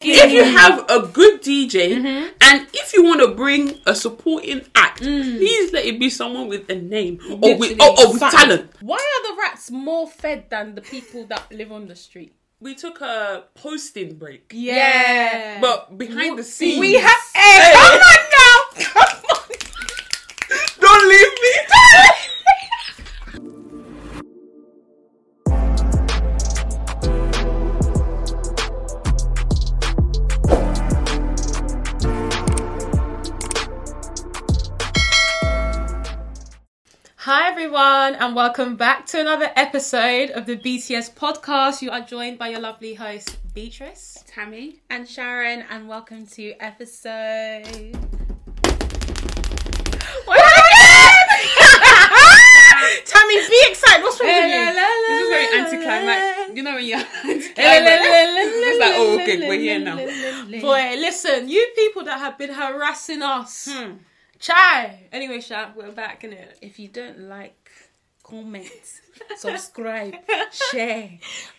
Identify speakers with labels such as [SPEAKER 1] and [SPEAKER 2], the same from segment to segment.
[SPEAKER 1] if you
[SPEAKER 2] Mm-hmm.
[SPEAKER 1] have a good DJ and if you want to bring a supporting act,
[SPEAKER 2] Mm.
[SPEAKER 1] please let it be someone with a name or with, or, or with
[SPEAKER 3] Fact.
[SPEAKER 1] talent.
[SPEAKER 3] Why are the rats more fed than the people that live on the street?
[SPEAKER 1] We took a posting break,
[SPEAKER 3] Yeah.
[SPEAKER 1] but behind the scenes,
[SPEAKER 3] we have.
[SPEAKER 1] Hey.
[SPEAKER 3] Hey, come on now! Come on!
[SPEAKER 1] Don't leave me.
[SPEAKER 3] Hi everyone, and welcome back to another episode of the BTS podcast. You are joined by your lovely host Beatrice,
[SPEAKER 2] Tammy.
[SPEAKER 3] and Sharon, and welcome to episode. Tammy, be excited. What's wrong with you?
[SPEAKER 2] This is very anticlimactic. You know when you're
[SPEAKER 3] It's
[SPEAKER 2] It's like, oh, okay, we're here now.
[SPEAKER 3] Boy, listen, you people that have been harassing us.
[SPEAKER 2] Hmm.
[SPEAKER 3] Chai. Anyway, Sha, we're back in it.
[SPEAKER 2] If you don't like, comment, subscribe, share,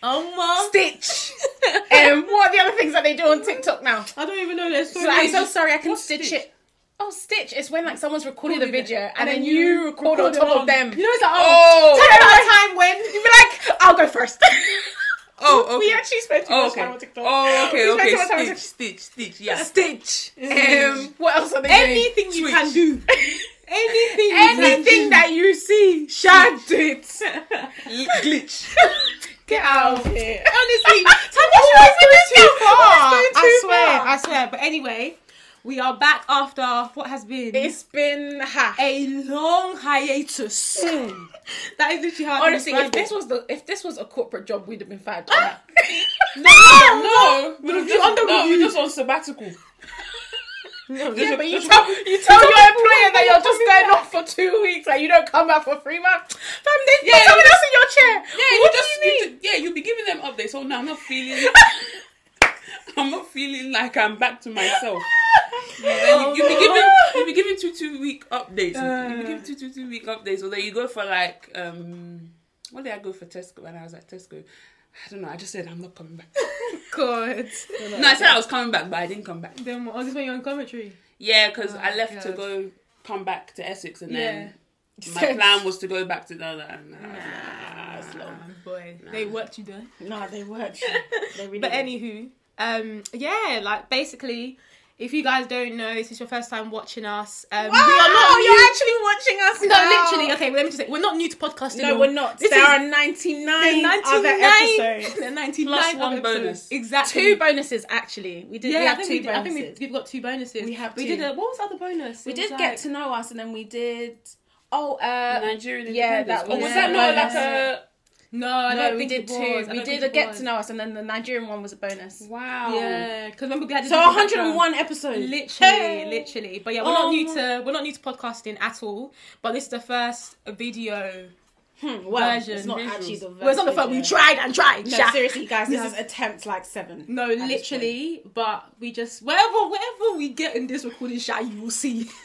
[SPEAKER 3] Oh my.
[SPEAKER 2] stitch. And what are the other things that they do on TikTok now?
[SPEAKER 3] I don't even know. There's so
[SPEAKER 2] It's like, I'm so
[SPEAKER 3] many.
[SPEAKER 2] sorry, I can
[SPEAKER 3] What's
[SPEAKER 2] stitch,
[SPEAKER 3] stitch?
[SPEAKER 2] it. Oh, stitch! It's when like someone's recorded a
[SPEAKER 3] Recorded it.
[SPEAKER 2] video and, then, you record, on
[SPEAKER 3] recorded
[SPEAKER 2] top
[SPEAKER 3] on.
[SPEAKER 2] of them.
[SPEAKER 3] You know, it's like,
[SPEAKER 2] oh,
[SPEAKER 3] oh,
[SPEAKER 2] take
[SPEAKER 3] tell me
[SPEAKER 2] another
[SPEAKER 3] about
[SPEAKER 2] time when you'd be like, I'll go first.
[SPEAKER 1] Oh, okay.
[SPEAKER 2] We actually spent too
[SPEAKER 1] Oh,
[SPEAKER 2] much
[SPEAKER 1] okay.
[SPEAKER 2] time on TikTok.
[SPEAKER 1] Oh, okay,
[SPEAKER 2] We spent
[SPEAKER 1] okay.
[SPEAKER 2] too much time on
[SPEAKER 1] Stitch, stitch, stitch. Yeah.
[SPEAKER 3] Stitch.
[SPEAKER 2] Um, what else are they doing?
[SPEAKER 3] Anything you
[SPEAKER 1] Switch.
[SPEAKER 3] can do. Anything you can do.
[SPEAKER 2] Anything that you see, shad it.
[SPEAKER 1] Glitch.
[SPEAKER 2] Get out of here.
[SPEAKER 3] Honestly, Tanya
[SPEAKER 2] Always
[SPEAKER 3] always goes
[SPEAKER 2] going
[SPEAKER 3] too
[SPEAKER 2] too
[SPEAKER 3] far.
[SPEAKER 2] far.
[SPEAKER 3] I
[SPEAKER 2] Always going too
[SPEAKER 3] swear,
[SPEAKER 2] far.
[SPEAKER 3] I swear. But anyway, we are back after what has been
[SPEAKER 2] It's been ha.
[SPEAKER 3] a long hiatus.
[SPEAKER 2] Hmm.
[SPEAKER 3] that is literally how. I
[SPEAKER 2] Honestly,
[SPEAKER 3] describe
[SPEAKER 2] if this
[SPEAKER 3] it.
[SPEAKER 2] was the if this was a corporate job, we'd have been fired. for that.
[SPEAKER 3] no,
[SPEAKER 1] No,
[SPEAKER 3] we
[SPEAKER 1] we're
[SPEAKER 3] were just-
[SPEAKER 1] under
[SPEAKER 3] no,
[SPEAKER 1] no,
[SPEAKER 3] we're
[SPEAKER 1] we're just on sabbatical.
[SPEAKER 2] yeah, but you tell you tell your employer that you're just going off for two weeks, like you don't come back for three months. Fam, there's
[SPEAKER 1] Yeah,
[SPEAKER 2] yeah, someone
[SPEAKER 1] you-
[SPEAKER 2] else in your chair. what
[SPEAKER 1] Yeah, you
[SPEAKER 2] do
[SPEAKER 1] just
[SPEAKER 2] you
[SPEAKER 1] you
[SPEAKER 2] mean?
[SPEAKER 1] ju- yeah, you'll be giving them updates. Oh no, I'm not feeling. I'm not feeling like I'm back to myself. Then you, will be giving
[SPEAKER 2] Oh,
[SPEAKER 1] you'll be giving two two week updates. you'll be
[SPEAKER 2] Uh.
[SPEAKER 1] giving two two two week updates. Although you go for like um, what did I go for Tesco when I was at Tesco? I don't know. I just said I'm not coming back.
[SPEAKER 3] God.
[SPEAKER 1] no, I said I was coming back, but I didn't come back.
[SPEAKER 3] Then what? Oh, this when you're on commentary.
[SPEAKER 1] Yeah, because I left to
[SPEAKER 3] God.
[SPEAKER 1] go come back to Essex, and then my
[SPEAKER 2] Yes.
[SPEAKER 1] plan was to go back to the other. And I was like, "Ah, it's long."
[SPEAKER 3] Boy, they worked you done.
[SPEAKER 2] No, they weren't. They really
[SPEAKER 3] But anywho, um, yeah, like basically, if you guys don't know, this is your first time watching us. Um, we are not
[SPEAKER 2] Oh,
[SPEAKER 3] new-
[SPEAKER 2] you're actually watching us
[SPEAKER 3] No,
[SPEAKER 2] now.
[SPEAKER 3] literally. Okay, let me just say we're not new to podcasting.
[SPEAKER 2] No, we're not.
[SPEAKER 3] This
[SPEAKER 2] there
[SPEAKER 3] is
[SPEAKER 2] are 99 other
[SPEAKER 3] 99
[SPEAKER 2] episodes.
[SPEAKER 3] the 99
[SPEAKER 1] Plus one
[SPEAKER 3] other episodes.
[SPEAKER 1] bonus.
[SPEAKER 3] Exactly.
[SPEAKER 2] Two bonuses, actually. We did.
[SPEAKER 3] yeah,
[SPEAKER 2] we
[SPEAKER 3] I
[SPEAKER 2] have
[SPEAKER 3] think
[SPEAKER 2] two
[SPEAKER 3] we did, I think
[SPEAKER 2] bonuses.
[SPEAKER 3] we- we've got two bonuses.
[SPEAKER 2] We have
[SPEAKER 3] We
[SPEAKER 2] two.
[SPEAKER 3] did a, what was the other bonus?
[SPEAKER 2] we did get to know us, and then we did. Oh, uh,
[SPEAKER 1] Nigerian
[SPEAKER 2] Yeah,
[SPEAKER 1] independence.
[SPEAKER 2] that
[SPEAKER 1] Or
[SPEAKER 2] was.
[SPEAKER 1] was
[SPEAKER 3] Yeah.
[SPEAKER 1] that not like
[SPEAKER 3] Yeah.
[SPEAKER 1] a
[SPEAKER 3] No, I
[SPEAKER 2] No,
[SPEAKER 3] don't
[SPEAKER 2] we
[SPEAKER 3] think
[SPEAKER 2] did
[SPEAKER 3] it was.
[SPEAKER 2] two.
[SPEAKER 3] I
[SPEAKER 2] We
[SPEAKER 3] don't think
[SPEAKER 2] did a
[SPEAKER 3] it
[SPEAKER 2] get
[SPEAKER 3] was.
[SPEAKER 2] to know us, and then the Nigerian one was a bonus.
[SPEAKER 1] wow?
[SPEAKER 3] Yeah, because remember we had
[SPEAKER 2] So 101 episodes.
[SPEAKER 3] Literally, literally. But yeah, we're
[SPEAKER 2] Oh
[SPEAKER 3] not new to we're not new to podcasting at all. But this is the first video.
[SPEAKER 2] Hmm, Well, it's
[SPEAKER 3] version,
[SPEAKER 2] not
[SPEAKER 3] visuals.
[SPEAKER 2] actually the.
[SPEAKER 3] Well, it's not the
[SPEAKER 2] first
[SPEAKER 3] first. We
[SPEAKER 2] video.
[SPEAKER 3] tried and tried.
[SPEAKER 2] No,
[SPEAKER 3] Sha.
[SPEAKER 2] seriously, guys, this
[SPEAKER 3] No.
[SPEAKER 2] is attempt like seven.
[SPEAKER 3] No,
[SPEAKER 2] at this
[SPEAKER 3] literally, but we just whatever whatever we get in this recording shot, you will see.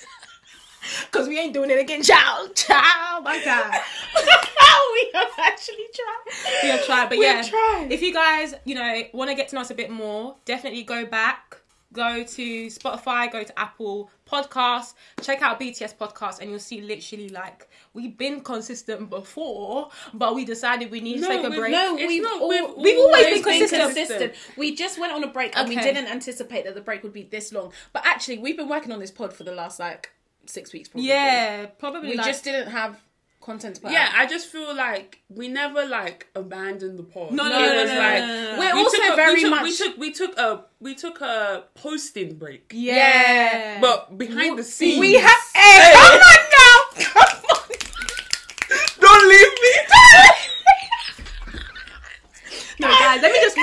[SPEAKER 3] Cause we ain't doing it again, child, child, my God.
[SPEAKER 2] Oh, we have actually tried.
[SPEAKER 3] we have tried, but
[SPEAKER 2] We
[SPEAKER 3] yeah,
[SPEAKER 2] have tried.
[SPEAKER 3] if you guys you know want to get to know us a bit more, definitely go back, go to Spotify, go to Apple Podcasts, check out BTS Podcast, and you'll see literally like we've been consistent before, but we decided we need
[SPEAKER 1] No,
[SPEAKER 3] to take a
[SPEAKER 1] we've-
[SPEAKER 3] break.
[SPEAKER 2] No,
[SPEAKER 1] It's
[SPEAKER 2] we've,
[SPEAKER 1] not-
[SPEAKER 2] al-
[SPEAKER 1] we've
[SPEAKER 3] We've always been
[SPEAKER 2] been
[SPEAKER 3] consistent.
[SPEAKER 2] We just went on a break and we
[SPEAKER 3] Okay.
[SPEAKER 2] didn't anticipate that the break would be this long. But actually, we've been working on this pod for the last like six weeks. Probably.
[SPEAKER 3] Yeah, probably.
[SPEAKER 2] we
[SPEAKER 3] like-
[SPEAKER 2] just didn't have content. To put
[SPEAKER 1] Yeah,
[SPEAKER 2] out.
[SPEAKER 1] I just feel like we never like abandoned the pod.
[SPEAKER 3] No, no,
[SPEAKER 1] it
[SPEAKER 3] no,
[SPEAKER 1] was
[SPEAKER 3] no, no,
[SPEAKER 1] like
[SPEAKER 3] no, no, no.
[SPEAKER 2] We're
[SPEAKER 1] we
[SPEAKER 2] also
[SPEAKER 1] took a,
[SPEAKER 2] very
[SPEAKER 1] we took,
[SPEAKER 2] much.
[SPEAKER 1] We took we took a we took a posting break.
[SPEAKER 3] yeah.
[SPEAKER 1] But behind the scenes,
[SPEAKER 2] we have. Hey, come on now. Come on.
[SPEAKER 1] Don't leave me.
[SPEAKER 3] No, guys, let me just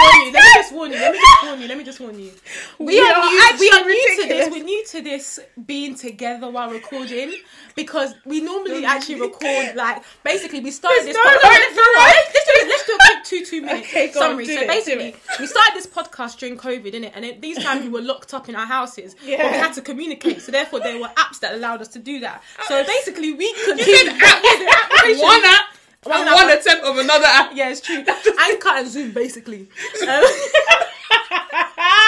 [SPEAKER 3] warn you. on you.
[SPEAKER 4] We
[SPEAKER 3] We are,
[SPEAKER 4] are
[SPEAKER 3] new, we
[SPEAKER 4] actually
[SPEAKER 3] are new to
[SPEAKER 4] ridiculous.
[SPEAKER 3] this. We're new to this being together while recording because we normally actually record like basically we started
[SPEAKER 4] There's
[SPEAKER 3] this.
[SPEAKER 4] no
[SPEAKER 3] podcast-
[SPEAKER 4] right for it.
[SPEAKER 3] Let's do it. Let's do a quick two two minute
[SPEAKER 4] Okay, go on,
[SPEAKER 3] summary.
[SPEAKER 4] do
[SPEAKER 3] so
[SPEAKER 4] it, do
[SPEAKER 3] basically,
[SPEAKER 4] it.
[SPEAKER 3] we started this podcast during COVID, innit? And at these times we were locked up in our houses, but we
[SPEAKER 4] Yeah.
[SPEAKER 3] had to communicate. So therefore, there were apps that allowed us to do that.
[SPEAKER 4] Uh,
[SPEAKER 3] So basically, we could
[SPEAKER 1] One app and
[SPEAKER 3] app.
[SPEAKER 1] one attempt of another app.
[SPEAKER 3] Yeah, it's true. Anchor and Zoom, basically. Um,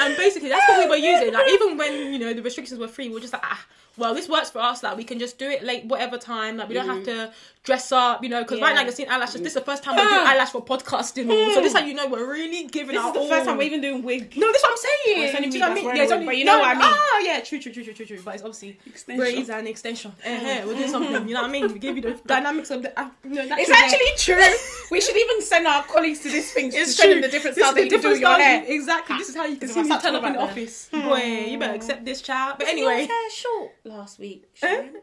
[SPEAKER 3] and basically, that's what we were using. Like, even when you know the restrictions were free, we were just like, ah, well, this works for us. Like, we can just do it late, whatever time. Like, we don't have to dress up, you know. Because right now
[SPEAKER 4] Mm-hmm. Yeah. Ah. Mm.
[SPEAKER 3] you're seeing eyelashes. This is the first time we do eyelash for podcasting. So this, like, you know, we're really giving
[SPEAKER 4] This
[SPEAKER 3] our
[SPEAKER 4] is the
[SPEAKER 3] all.
[SPEAKER 4] first time we're even doing wig.
[SPEAKER 3] No, that's what I'm saying.
[SPEAKER 4] Well, it's only
[SPEAKER 3] Do
[SPEAKER 4] me
[SPEAKER 3] you know what I mean?
[SPEAKER 4] that's wearing
[SPEAKER 3] Yeah, it's
[SPEAKER 4] it,
[SPEAKER 3] only,
[SPEAKER 4] but you know
[SPEAKER 3] no,
[SPEAKER 4] what I mean.
[SPEAKER 3] Oh, yeah, true, true, true, true, true, true. But it's obviously
[SPEAKER 1] Extension.
[SPEAKER 3] braids and extension. Eh, eh, we'll do something. You know what I mean? We give you the dynamics of the. Uh, you know,
[SPEAKER 4] It's
[SPEAKER 3] natural hair.
[SPEAKER 4] actually true. We should even send our colleagues to this thing to
[SPEAKER 3] It's
[SPEAKER 4] show
[SPEAKER 3] true.
[SPEAKER 4] them the different
[SPEAKER 3] This
[SPEAKER 4] styles
[SPEAKER 3] is
[SPEAKER 4] that
[SPEAKER 3] the
[SPEAKER 4] you can do with
[SPEAKER 3] different
[SPEAKER 4] your
[SPEAKER 3] styles
[SPEAKER 4] hair.
[SPEAKER 3] you- Exactly. This is how you can
[SPEAKER 4] This is
[SPEAKER 3] see
[SPEAKER 4] what
[SPEAKER 3] me
[SPEAKER 4] I
[SPEAKER 3] turn up
[SPEAKER 4] talk
[SPEAKER 3] in the
[SPEAKER 4] about
[SPEAKER 3] office. Boy, you better accept this child. But anyway,
[SPEAKER 5] hair short last week. Sharon?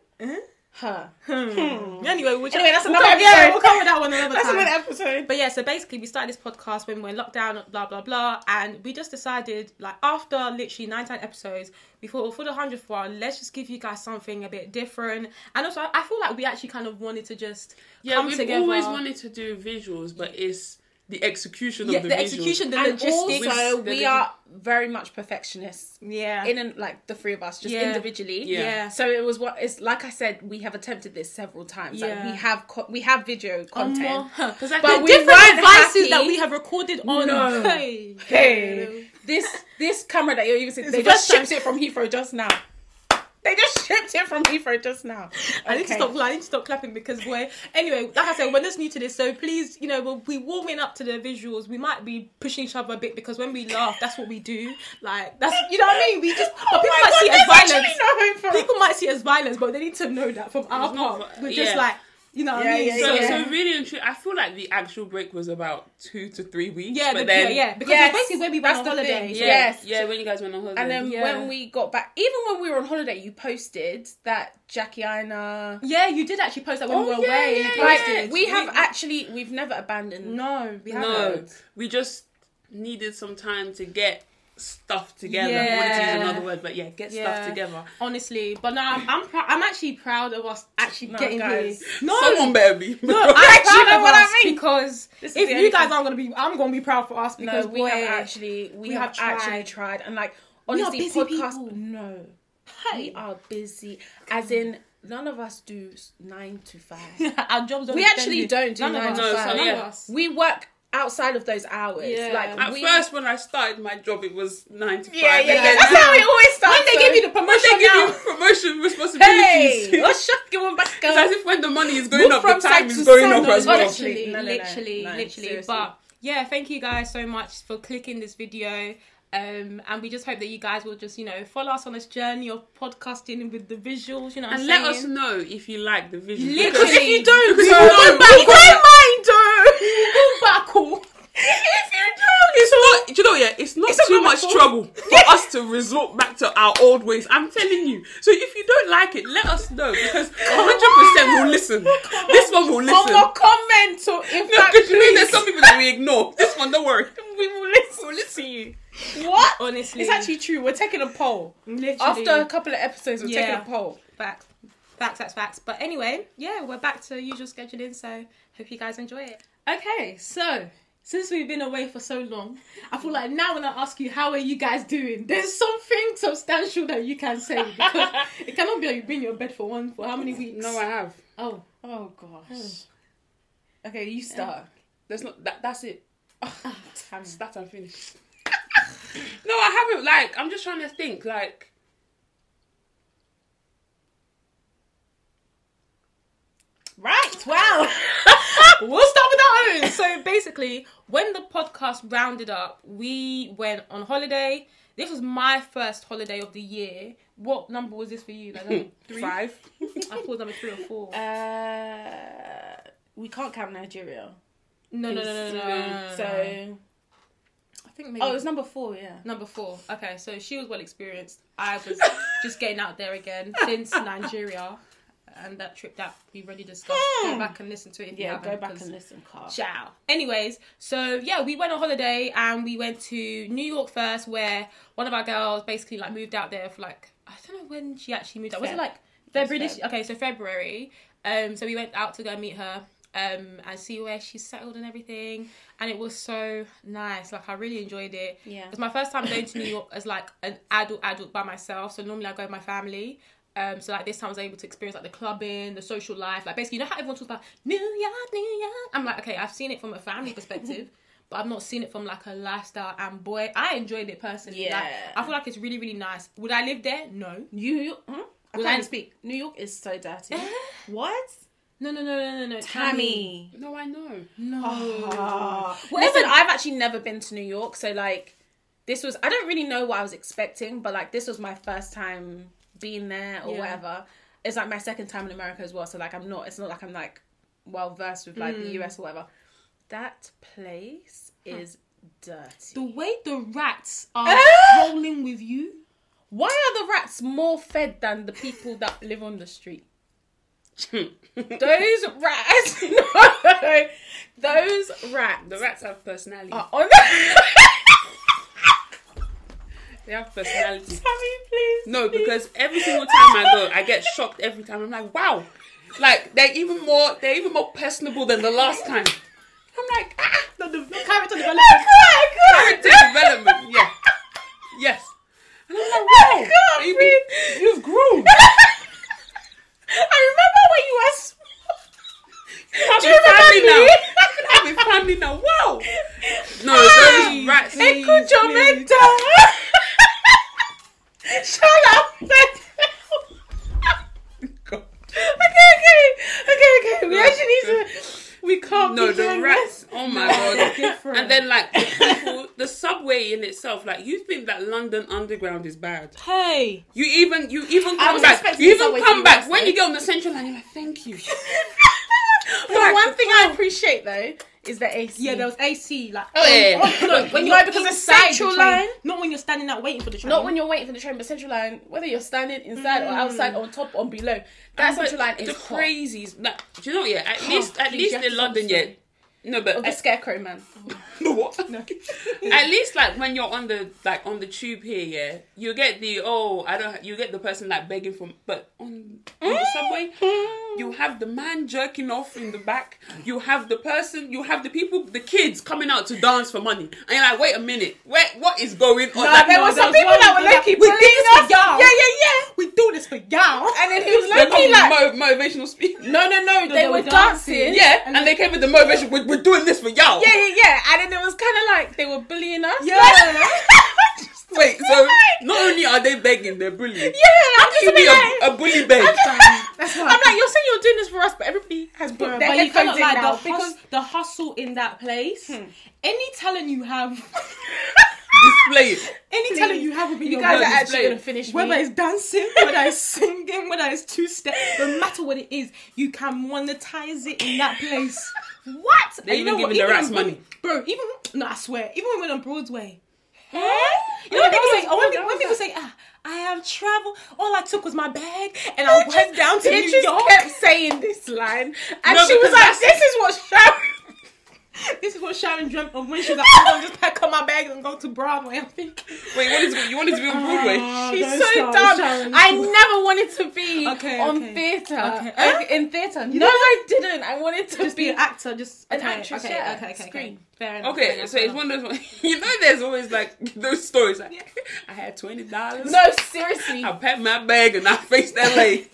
[SPEAKER 4] Her.
[SPEAKER 3] hmm. anyway, we'll
[SPEAKER 4] Hmm. Anyway, that's
[SPEAKER 3] we'll
[SPEAKER 4] another
[SPEAKER 3] come- yeah,
[SPEAKER 4] episode.
[SPEAKER 3] we'll come with that one another
[SPEAKER 4] That's
[SPEAKER 3] time.
[SPEAKER 4] another episode.
[SPEAKER 3] But yeah, so basically, we started this podcast when we we're in lockdown, blah blah blah, and we just decided, like, after literally nine nine episodes, we thought well, for the hundredth one, let's just give you guys something a bit different. And also, I feel like we actually kind of wanted to just
[SPEAKER 1] Yeah,
[SPEAKER 3] come
[SPEAKER 1] we've
[SPEAKER 3] together.
[SPEAKER 1] always wanted to do visuals, but it's the execution
[SPEAKER 3] yeah,
[SPEAKER 1] of
[SPEAKER 3] the,
[SPEAKER 1] the, visuals.
[SPEAKER 3] execution, the
[SPEAKER 4] And
[SPEAKER 3] logistics.
[SPEAKER 4] also,
[SPEAKER 1] the
[SPEAKER 4] we are very much perfectionists.
[SPEAKER 3] yeah,
[SPEAKER 4] In and like the three of us, just
[SPEAKER 3] Yeah.
[SPEAKER 4] individually.
[SPEAKER 1] Yeah.
[SPEAKER 3] yeah.
[SPEAKER 4] So it was what it's like I said. We have attempted this several times. Like
[SPEAKER 3] Yeah.
[SPEAKER 4] we have co- we have video content.
[SPEAKER 3] Because
[SPEAKER 4] But
[SPEAKER 3] the
[SPEAKER 4] we
[SPEAKER 3] different
[SPEAKER 4] weren't
[SPEAKER 3] devices
[SPEAKER 4] happy.
[SPEAKER 3] that we have recorded on.
[SPEAKER 4] No.
[SPEAKER 3] Hey.
[SPEAKER 4] Hey, this this camera that you're using,
[SPEAKER 3] the
[SPEAKER 4] they just
[SPEAKER 3] first
[SPEAKER 4] shipped
[SPEAKER 3] time-
[SPEAKER 4] it from Heathrow just now. They just shipped it from Heathrow just now.
[SPEAKER 3] I need to
[SPEAKER 4] Okay.
[SPEAKER 3] stop. I need to stop clapping because we're anyway. Like I said, we're just new to this, so please, you know, we'll be warming up to the visuals. We might be pushing each other a bit because when we laugh, that's what we do. Like that's you know what I mean. We just but people
[SPEAKER 4] Oh my
[SPEAKER 3] might
[SPEAKER 4] God,
[SPEAKER 3] see it as
[SPEAKER 4] there's actually
[SPEAKER 3] violence.
[SPEAKER 4] no hope for-
[SPEAKER 3] people might see it as violence, but they need to know that from our
[SPEAKER 1] It's not
[SPEAKER 3] part,
[SPEAKER 1] vi-
[SPEAKER 3] we're just
[SPEAKER 1] yeah.
[SPEAKER 3] like you know what
[SPEAKER 4] Yeah,
[SPEAKER 3] I mean.
[SPEAKER 4] yeah,
[SPEAKER 1] So,
[SPEAKER 3] so,
[SPEAKER 4] yeah.
[SPEAKER 1] so really and truly, I feel like the actual break was about two to three weeks.
[SPEAKER 3] yeah,
[SPEAKER 1] but
[SPEAKER 3] the,
[SPEAKER 1] then,
[SPEAKER 3] yeah, yeah, because
[SPEAKER 4] Yes,
[SPEAKER 3] it's basically where we went
[SPEAKER 4] that's
[SPEAKER 3] on
[SPEAKER 4] the thing.
[SPEAKER 3] holiday.
[SPEAKER 1] yeah,
[SPEAKER 4] Yes.
[SPEAKER 1] yeah. When you guys went on holiday,
[SPEAKER 4] And then
[SPEAKER 3] Yeah.
[SPEAKER 4] when we got back, even when we were on holiday, you posted that Jackie Ina.
[SPEAKER 3] Yeah, you did actually post that when
[SPEAKER 1] Oh,
[SPEAKER 3] we were
[SPEAKER 1] yeah, yeah,
[SPEAKER 3] away. You
[SPEAKER 1] yeah.
[SPEAKER 4] Like
[SPEAKER 3] posted.
[SPEAKER 4] we have actually, we've never abandoned.
[SPEAKER 3] no, we haven't.
[SPEAKER 1] no, we just needed some time to get stuff together. I wanted to
[SPEAKER 3] Yeah.
[SPEAKER 1] use another word, but yeah, get
[SPEAKER 3] Yeah.
[SPEAKER 1] stuff together.
[SPEAKER 3] honestly. But no, I'm I'm, prou- I'm actually proud of us actually getting
[SPEAKER 4] guys.
[SPEAKER 3] here. No,
[SPEAKER 1] Someone better be.
[SPEAKER 3] no, I'm
[SPEAKER 4] you
[SPEAKER 3] proud
[SPEAKER 4] know
[SPEAKER 3] of
[SPEAKER 4] what I
[SPEAKER 3] us
[SPEAKER 4] mean?
[SPEAKER 3] because
[SPEAKER 4] This is
[SPEAKER 3] if
[SPEAKER 4] the
[SPEAKER 3] you
[SPEAKER 4] only
[SPEAKER 3] guys
[SPEAKER 4] thing-
[SPEAKER 3] aren't gonna be, I'm gonna be proud for us
[SPEAKER 4] No,
[SPEAKER 3] because
[SPEAKER 4] we
[SPEAKER 3] boy,
[SPEAKER 4] have actually, we,
[SPEAKER 3] we
[SPEAKER 4] have,
[SPEAKER 3] have
[SPEAKER 4] actually
[SPEAKER 3] tried.
[SPEAKER 4] tried, and like
[SPEAKER 3] are
[SPEAKER 4] honestly,
[SPEAKER 3] busy
[SPEAKER 4] podcast.
[SPEAKER 3] people.
[SPEAKER 4] No, we
[SPEAKER 3] hey,
[SPEAKER 4] are busy. As in, none of us do s- nine to five.
[SPEAKER 3] our jobs. Don't
[SPEAKER 4] We
[SPEAKER 3] extend
[SPEAKER 4] actually
[SPEAKER 3] it.
[SPEAKER 4] don't do
[SPEAKER 3] None
[SPEAKER 4] nine
[SPEAKER 3] of
[SPEAKER 4] to
[SPEAKER 3] us.
[SPEAKER 1] five. No, so
[SPEAKER 3] None
[SPEAKER 1] yeah.
[SPEAKER 3] of us.
[SPEAKER 4] we work outside of those hours.
[SPEAKER 3] Yeah.
[SPEAKER 4] Like
[SPEAKER 1] At
[SPEAKER 4] we,
[SPEAKER 1] first, when I started my job, it was nine to five.
[SPEAKER 4] yeah, yeah,
[SPEAKER 1] and
[SPEAKER 4] yeah.
[SPEAKER 1] then
[SPEAKER 4] That's
[SPEAKER 1] now
[SPEAKER 4] how we always start.
[SPEAKER 3] When they give you the promotion
[SPEAKER 1] they give
[SPEAKER 3] now,
[SPEAKER 1] you promotion responsibilities.
[SPEAKER 4] hey, what's up, give one back, girl?
[SPEAKER 1] It's as if when the money is going up, the
[SPEAKER 4] from
[SPEAKER 1] time
[SPEAKER 4] side
[SPEAKER 1] is
[SPEAKER 4] to
[SPEAKER 1] going
[SPEAKER 4] side,
[SPEAKER 1] up as well.
[SPEAKER 4] honestly.
[SPEAKER 3] literally,
[SPEAKER 4] No, no, no.
[SPEAKER 3] literally,
[SPEAKER 4] No,
[SPEAKER 3] literally.
[SPEAKER 4] seriously.
[SPEAKER 3] But yeah, thank you guys so much for clicking this video. Um, and we just hope that you guys will just, you know, follow us on this journey of podcasting with the visuals, you know, what I'm
[SPEAKER 1] And let us
[SPEAKER 3] saying?
[SPEAKER 1] know if you like the visual.
[SPEAKER 3] Literally.
[SPEAKER 1] Because if you don't,
[SPEAKER 4] Because
[SPEAKER 1] because
[SPEAKER 4] you
[SPEAKER 1] you
[SPEAKER 4] don't
[SPEAKER 1] don't,
[SPEAKER 4] back
[SPEAKER 1] because-
[SPEAKER 3] buckle.
[SPEAKER 4] if you don't,
[SPEAKER 1] It's not, do you know, yeah, it's not
[SPEAKER 4] It's not
[SPEAKER 1] too
[SPEAKER 4] my
[SPEAKER 1] much
[SPEAKER 4] fault.
[SPEAKER 1] trouble for us to resort back to our old ways. I'm telling you. So if you don't like it, let us know because 100% will listen. This one will
[SPEAKER 4] one
[SPEAKER 1] listen.
[SPEAKER 4] more comment or in
[SPEAKER 1] No,
[SPEAKER 4] fact,
[SPEAKER 1] because you know there's
[SPEAKER 4] please,
[SPEAKER 1] some people that we ignore. This one, don't worry.
[SPEAKER 4] we will listen. We'll listen to you. What?
[SPEAKER 3] Honestly.
[SPEAKER 4] it's actually true. We're taking a poll.
[SPEAKER 3] Literally.
[SPEAKER 4] After a couple of episodes, we're
[SPEAKER 3] Yeah.
[SPEAKER 4] taking a poll.
[SPEAKER 3] Facts. Facts, facts, facts. But anyway, yeah, we're back to usual scheduling, so hope you guys enjoy it. Okay, so since we've been away for so long, I feel like now when I ask you how are you guys doing, there's something substantial that you can say because it cannot be that you've been in your bed for one for how many weeks?
[SPEAKER 1] No, I have.
[SPEAKER 3] oh,
[SPEAKER 4] Oh gosh. Hmm. Okay, you start.
[SPEAKER 1] There's not. That, that's it.
[SPEAKER 4] Damn.
[SPEAKER 1] That I'm finished. no, I haven't. Like, I'm just trying to think. Like,
[SPEAKER 4] Right. Wow.
[SPEAKER 3] we'll start with our own. So basically, when the podcast rounded up, we went on holiday. This was my first holiday of the year. What number was this for you? Like number three?
[SPEAKER 1] five.
[SPEAKER 3] I thought it was number three or four.
[SPEAKER 4] Uh, we can't count Nigeria.
[SPEAKER 3] No, no, no, no, no, no, no, no, no.
[SPEAKER 4] So,
[SPEAKER 3] I think maybe
[SPEAKER 4] oh, it was number four. Yeah.
[SPEAKER 3] number four. Okay, so she was well experienced. I was just getting out there again since Nigeria. and that trip that we already discussed. Go back and listen to it if you
[SPEAKER 4] Hmm. Yeah,
[SPEAKER 3] haven't.
[SPEAKER 4] go back
[SPEAKER 3] 'cause-
[SPEAKER 4] and listen, Carl.
[SPEAKER 3] Ciao. Anyways, so yeah, we went on holiday and we went to New York first, where one of our girls basically like moved out there for like I don't know when she actually moved out. Was it
[SPEAKER 4] Feb.
[SPEAKER 3] like February?
[SPEAKER 4] It was
[SPEAKER 3] this- Okay, so February. Um, so we went out to go meet her um and see where she's settled and everything and it was so nice like i really enjoyed it
[SPEAKER 4] Yeah.
[SPEAKER 3] it was my first time going to new york as like an adult adult by myself so normally i go with my family um so like this time i was able to experience like the clubbing the social life like basically you know how everyone talks about new york new york i'm like okay i've seen it from a family perspective but i've not seen it from like a lifestyle and boy i enjoyed it personally Like,
[SPEAKER 4] Yeah.
[SPEAKER 3] i feel like it's really really nice would i live there no
[SPEAKER 4] New York. Huh? I
[SPEAKER 3] Will
[SPEAKER 4] can't
[SPEAKER 3] I-
[SPEAKER 4] speak. New York is so dirty. what?
[SPEAKER 3] no no no no no no
[SPEAKER 4] Tammy.
[SPEAKER 1] No, I know.
[SPEAKER 3] no
[SPEAKER 4] Ah. Listen, I've actually never been to New York, so like, this was I don't really know what I was expecting, but like, this was my first time being there or
[SPEAKER 3] Yeah.
[SPEAKER 4] whatever. It's like my second time in America as well, so like, I'm not. It's not like I'm like well versed with like the US or whatever. That place is dirty.
[SPEAKER 3] the way the rats are
[SPEAKER 4] Eh?
[SPEAKER 3] rolling with you
[SPEAKER 4] Why are the rats more fed than the people that live on the street?
[SPEAKER 1] hmm.
[SPEAKER 4] Those rats, no, those rats
[SPEAKER 1] The rats have personality.
[SPEAKER 4] are on the.
[SPEAKER 1] They have personality.
[SPEAKER 4] Tommy, please.
[SPEAKER 1] No, because every single time I go, I get shocked every time. I'm like, wow, like they're even more, they're even more personable than the last time. I'm like, ah, the, the, the
[SPEAKER 3] character development
[SPEAKER 1] character development, yeah, yes. And I'm like, wow,
[SPEAKER 4] God,
[SPEAKER 1] you've,
[SPEAKER 4] please.
[SPEAKER 1] you've grown.
[SPEAKER 4] I remember when you were small.
[SPEAKER 1] Have
[SPEAKER 4] Do you
[SPEAKER 1] a family
[SPEAKER 4] remember me?
[SPEAKER 1] now. Have a family now. Wow. No, those rats.
[SPEAKER 4] Echo Jomenta. Shut up.
[SPEAKER 1] God.
[SPEAKER 4] okay, okay, okay, okay. We actually need to. We can't.
[SPEAKER 1] No,
[SPEAKER 4] be
[SPEAKER 1] the
[SPEAKER 4] doing
[SPEAKER 1] rats.
[SPEAKER 4] this.
[SPEAKER 1] Oh my
[SPEAKER 4] they're
[SPEAKER 1] god!
[SPEAKER 4] different.
[SPEAKER 1] And then like the people, the subway in itself. Like you think that London Underground is bad?
[SPEAKER 3] hey
[SPEAKER 1] You even you even come
[SPEAKER 4] was
[SPEAKER 1] back.
[SPEAKER 4] expecting
[SPEAKER 1] You
[SPEAKER 4] the subway
[SPEAKER 1] even
[SPEAKER 4] to
[SPEAKER 1] come
[SPEAKER 4] be
[SPEAKER 1] back
[SPEAKER 4] worse,
[SPEAKER 1] when
[SPEAKER 4] though.
[SPEAKER 1] you get on the Central Line. You're like, thank you.
[SPEAKER 4] But one thing I appreciate though is the AC.
[SPEAKER 3] Yeah, there was AC. Like,
[SPEAKER 1] Oh, yeah, yeah.
[SPEAKER 3] no, when
[SPEAKER 4] No,
[SPEAKER 3] you're
[SPEAKER 4] because
[SPEAKER 3] because
[SPEAKER 4] it's
[SPEAKER 3] inside
[SPEAKER 4] central
[SPEAKER 3] the train,
[SPEAKER 4] line.
[SPEAKER 3] not when you're standing out waiting for the train.
[SPEAKER 4] Not when you're waiting for the train, but Central Line, whether you're standing inside or outside, on top or below, that
[SPEAKER 1] But
[SPEAKER 4] Central Line is
[SPEAKER 1] the
[SPEAKER 4] hot.
[SPEAKER 1] crazies. Like, do you know? what, Yeah, at least at
[SPEAKER 4] please, you
[SPEAKER 1] least
[SPEAKER 4] have to
[SPEAKER 1] in
[SPEAKER 4] tell
[SPEAKER 1] London,
[SPEAKER 4] the
[SPEAKER 1] yeah. No, but
[SPEAKER 4] Of the
[SPEAKER 1] at-
[SPEAKER 4] scarecrow man.
[SPEAKER 1] No, what? At least like when you're on the like on the tube here, yeah, you get the oh I don't you get the person like begging for but on, on the subway you have the man jerking off in the back, you have the person, you have the people, the kids coming out to dance for money, and you're like wait a minute, where what is going on? Like,
[SPEAKER 4] there
[SPEAKER 1] no,
[SPEAKER 4] were some
[SPEAKER 1] there's
[SPEAKER 4] people
[SPEAKER 1] one-
[SPEAKER 4] that were low-key
[SPEAKER 3] we do this
[SPEAKER 4] bullying
[SPEAKER 3] for
[SPEAKER 4] us.
[SPEAKER 3] y'all.
[SPEAKER 4] Yeah, yeah, yeah.
[SPEAKER 3] we do this for y'all.
[SPEAKER 4] And then he was
[SPEAKER 1] they're
[SPEAKER 4] low-key
[SPEAKER 1] coming
[SPEAKER 4] like,
[SPEAKER 1] with "Oh, mo- motivational speech.
[SPEAKER 4] No, no, no. They,
[SPEAKER 3] they
[SPEAKER 4] were
[SPEAKER 3] were
[SPEAKER 4] dancing.
[SPEAKER 3] dancing.
[SPEAKER 1] Yeah, and, they came with the motivation. We're, we're doing this for y'all.
[SPEAKER 4] Yeah, yeah, yeah. And then it was kind of like they were bullying us.
[SPEAKER 3] Yeah.
[SPEAKER 4] Like-
[SPEAKER 1] Wait, so
[SPEAKER 4] Like-
[SPEAKER 1] not only are they begging, they're bullying.
[SPEAKER 4] yeah,
[SPEAKER 1] You
[SPEAKER 4] I'm just
[SPEAKER 1] be
[SPEAKER 4] be
[SPEAKER 1] a,
[SPEAKER 4] like.
[SPEAKER 1] a bully beg.
[SPEAKER 4] That's I'm like, you're saying you're doing this for us, but everybody has put
[SPEAKER 3] But
[SPEAKER 4] their
[SPEAKER 3] you cannot
[SPEAKER 4] headphones in
[SPEAKER 3] like
[SPEAKER 4] now
[SPEAKER 3] the,
[SPEAKER 4] because
[SPEAKER 3] hus- the hustle in that place.
[SPEAKER 4] Hmm.
[SPEAKER 3] Any talent you have,
[SPEAKER 1] Display it.
[SPEAKER 3] any talent you have will be
[SPEAKER 4] you
[SPEAKER 3] your own.
[SPEAKER 4] guys are
[SPEAKER 1] display
[SPEAKER 4] actually
[SPEAKER 1] it.
[SPEAKER 4] gonna finish
[SPEAKER 3] Whether
[SPEAKER 4] me.
[SPEAKER 3] it's dancing, whether it's singing, whether it's two step, no matter what it is, you can monetize it in that place. What? And
[SPEAKER 1] even giving the
[SPEAKER 3] Even
[SPEAKER 1] rats
[SPEAKER 3] on-
[SPEAKER 1] money.
[SPEAKER 3] bro. Even no, I swear. Even when we went on Broadway,
[SPEAKER 4] Huh?
[SPEAKER 3] You know
[SPEAKER 4] Yeah,
[SPEAKER 3] when people
[SPEAKER 4] that was-
[SPEAKER 3] say, oh, when,
[SPEAKER 4] that
[SPEAKER 3] people,
[SPEAKER 4] was
[SPEAKER 3] when
[SPEAKER 4] a-
[SPEAKER 3] people say, ah, I have traveled, all I took was my bag and I went down to
[SPEAKER 4] They
[SPEAKER 3] New
[SPEAKER 4] just
[SPEAKER 3] York.
[SPEAKER 4] kept saying this line, and
[SPEAKER 1] No,
[SPEAKER 4] she was
[SPEAKER 1] because that's-
[SPEAKER 4] like, "This is what Sharon."
[SPEAKER 3] This is what Sharon dreamt of when she was like, I'm gonna just pack up my bag and go to Broadway. I'm thinking,
[SPEAKER 1] Wait, what is, you wanted to be on Broadway?
[SPEAKER 4] She's
[SPEAKER 3] Oh, don't
[SPEAKER 4] so
[SPEAKER 3] start,
[SPEAKER 4] dumb.
[SPEAKER 3] Sharon.
[SPEAKER 4] I never wanted to be
[SPEAKER 3] Okay,
[SPEAKER 4] on
[SPEAKER 3] okay.
[SPEAKER 4] theatre.
[SPEAKER 3] Okay.
[SPEAKER 4] Uh, in theater. No, I didn't. I wanted to
[SPEAKER 3] just be
[SPEAKER 4] be
[SPEAKER 3] an actor, just
[SPEAKER 4] An
[SPEAKER 3] okay,
[SPEAKER 4] actress,
[SPEAKER 3] okay,
[SPEAKER 4] yeah.
[SPEAKER 3] okay, okay, okay,
[SPEAKER 4] Screen.
[SPEAKER 3] Fair enough. fair
[SPEAKER 1] Okay,
[SPEAKER 3] enough,
[SPEAKER 1] so
[SPEAKER 3] fair
[SPEAKER 1] it's
[SPEAKER 3] enough.
[SPEAKER 1] one of those. You know, there's always like those stories. Like, I had twenty dollars.
[SPEAKER 4] No, seriously.
[SPEAKER 1] I packed my bag and I faced LA,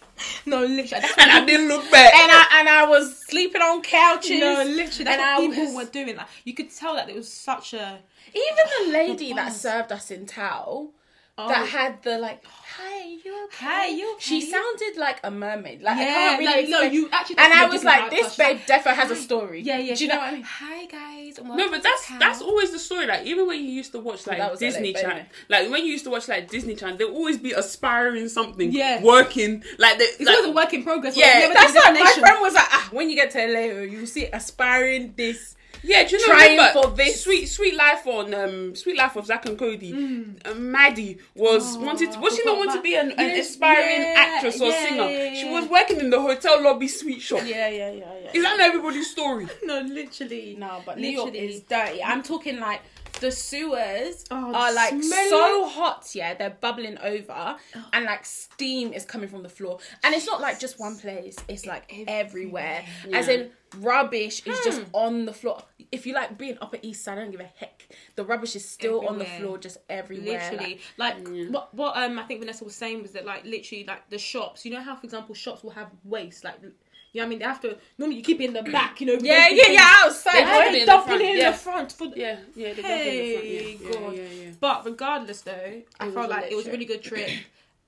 [SPEAKER 3] No, literally. That's
[SPEAKER 1] and I didn't look back.
[SPEAKER 4] and I and I was sleeping on couches.
[SPEAKER 3] no, literally, that's
[SPEAKER 4] and
[SPEAKER 3] what
[SPEAKER 4] I
[SPEAKER 3] people
[SPEAKER 4] was-
[SPEAKER 3] were doing. Like, you could tell that it was such a
[SPEAKER 4] Even the lady that
[SPEAKER 3] boss.
[SPEAKER 4] served us in towel
[SPEAKER 3] oh,
[SPEAKER 4] that had the like, "Hey, you okay?"
[SPEAKER 3] Hi, you
[SPEAKER 4] She
[SPEAKER 3] okay?
[SPEAKER 4] sounded like a mermaid. Like I
[SPEAKER 3] yeah,
[SPEAKER 4] can't really.
[SPEAKER 3] like, no,
[SPEAKER 4] explain-
[SPEAKER 3] you actually.
[SPEAKER 4] and I
[SPEAKER 3] definitely
[SPEAKER 4] was
[SPEAKER 3] didn't
[SPEAKER 4] like,
[SPEAKER 3] know
[SPEAKER 4] "This
[SPEAKER 3] how to
[SPEAKER 4] babe defo has a story."
[SPEAKER 3] Yeah, yeah.
[SPEAKER 4] Do you
[SPEAKER 3] she's
[SPEAKER 4] know
[SPEAKER 3] like,
[SPEAKER 4] what I mean?
[SPEAKER 3] Hi guys.
[SPEAKER 1] No, but that's that's always the story. Like even when you used to watch like
[SPEAKER 4] That was
[SPEAKER 1] Disney
[SPEAKER 4] LA, but
[SPEAKER 1] Channel,
[SPEAKER 4] anyway.
[SPEAKER 1] like when you used to watch like Disney Channel, there always be aspiring something,
[SPEAKER 3] Yeah.
[SPEAKER 1] working like they,
[SPEAKER 3] It's
[SPEAKER 1] like,
[SPEAKER 3] always a work in progress.
[SPEAKER 1] Yeah,
[SPEAKER 3] Yeah,
[SPEAKER 4] That's why my friend was like, ah, when you get to LA, you see aspiring this.
[SPEAKER 1] Yeah, do you know
[SPEAKER 2] trying
[SPEAKER 1] remember,
[SPEAKER 2] for this.
[SPEAKER 1] sweet sweet life on um sweet life of Zach and Cody? Um, Maddie was wanted to, was she not want to be an, an
[SPEAKER 2] Yes,
[SPEAKER 1] aspiring
[SPEAKER 2] yeah,
[SPEAKER 1] actress or
[SPEAKER 2] yeah,
[SPEAKER 1] singer?
[SPEAKER 2] yeah, yeah,
[SPEAKER 1] She
[SPEAKER 2] yeah.
[SPEAKER 1] was working in the hotel lobby sweet shop.
[SPEAKER 2] Yeah, yeah, yeah, yeah.
[SPEAKER 1] Is that not everybody's story?
[SPEAKER 3] No, literally.
[SPEAKER 4] No, but New York
[SPEAKER 3] Literally.
[SPEAKER 4] is dirty. I'm talking like the sewers
[SPEAKER 3] Oh,
[SPEAKER 4] are like
[SPEAKER 3] smell
[SPEAKER 4] so hot, yeah, they're bubbling over, and like steam is coming from the floor. And it's not like just one place; it's like everywhere. As in, rubbish is just
[SPEAKER 3] Hmm.
[SPEAKER 4] on the floor. If you like being Upper East Side, I don't give a heck. The rubbish is still on the
[SPEAKER 3] Everywhere.
[SPEAKER 4] floor, just everywhere. like-
[SPEAKER 3] literally like, what what um I think Vanessa was saying was that like literally like the shops you know how for example shops will have waste like you know what I mean they have to normally you keep it in the back you know we
[SPEAKER 4] yeah,
[SPEAKER 3] don't
[SPEAKER 4] yeah,
[SPEAKER 3] keep it-
[SPEAKER 4] yeah, outside.
[SPEAKER 3] they have
[SPEAKER 4] right?
[SPEAKER 3] to
[SPEAKER 1] in the
[SPEAKER 3] dump
[SPEAKER 1] front,
[SPEAKER 3] it in
[SPEAKER 1] yeah.
[SPEAKER 3] the front for the,
[SPEAKER 1] Yeah, yeah, the
[SPEAKER 3] Hey, God. But regardless, though, I felt
[SPEAKER 4] a
[SPEAKER 3] like
[SPEAKER 4] lit
[SPEAKER 3] it was a
[SPEAKER 4] trip.
[SPEAKER 3] really good trip.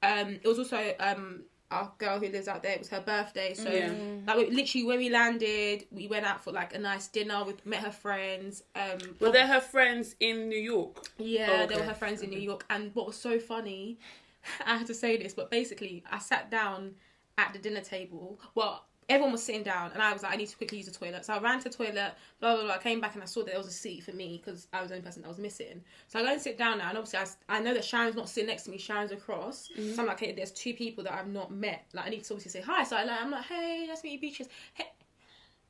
[SPEAKER 3] Um, it was also um our girl who lives out there. It was her birthday, so
[SPEAKER 1] Yeah.
[SPEAKER 3] like we, literally when we landed, we went out for like a nice dinner. We met her friends. Um,
[SPEAKER 1] Were they her friends in New York?
[SPEAKER 3] yeah,
[SPEAKER 1] Oh,
[SPEAKER 3] they were
[SPEAKER 1] okay.
[SPEAKER 3] her friends in New York. And what was so funny, I had to say this, but basically, I sat down at the dinner table. Well, everyone was sitting down, and I was like, I need to quickly use the toilet. So I ran to the toilet, blah, blah, blah. I came back and I saw that there was a seat for me because I was the only person that was missing. So I go and sit down now, and obviously, I, s- I know that Sharon's not sitting next to me, Sharon's across. So I'm like, hey, there's two people that I've not met. Like, I need to obviously say hi. So I, like, I'm like, hey, nice to meet you, Beaches. Hey.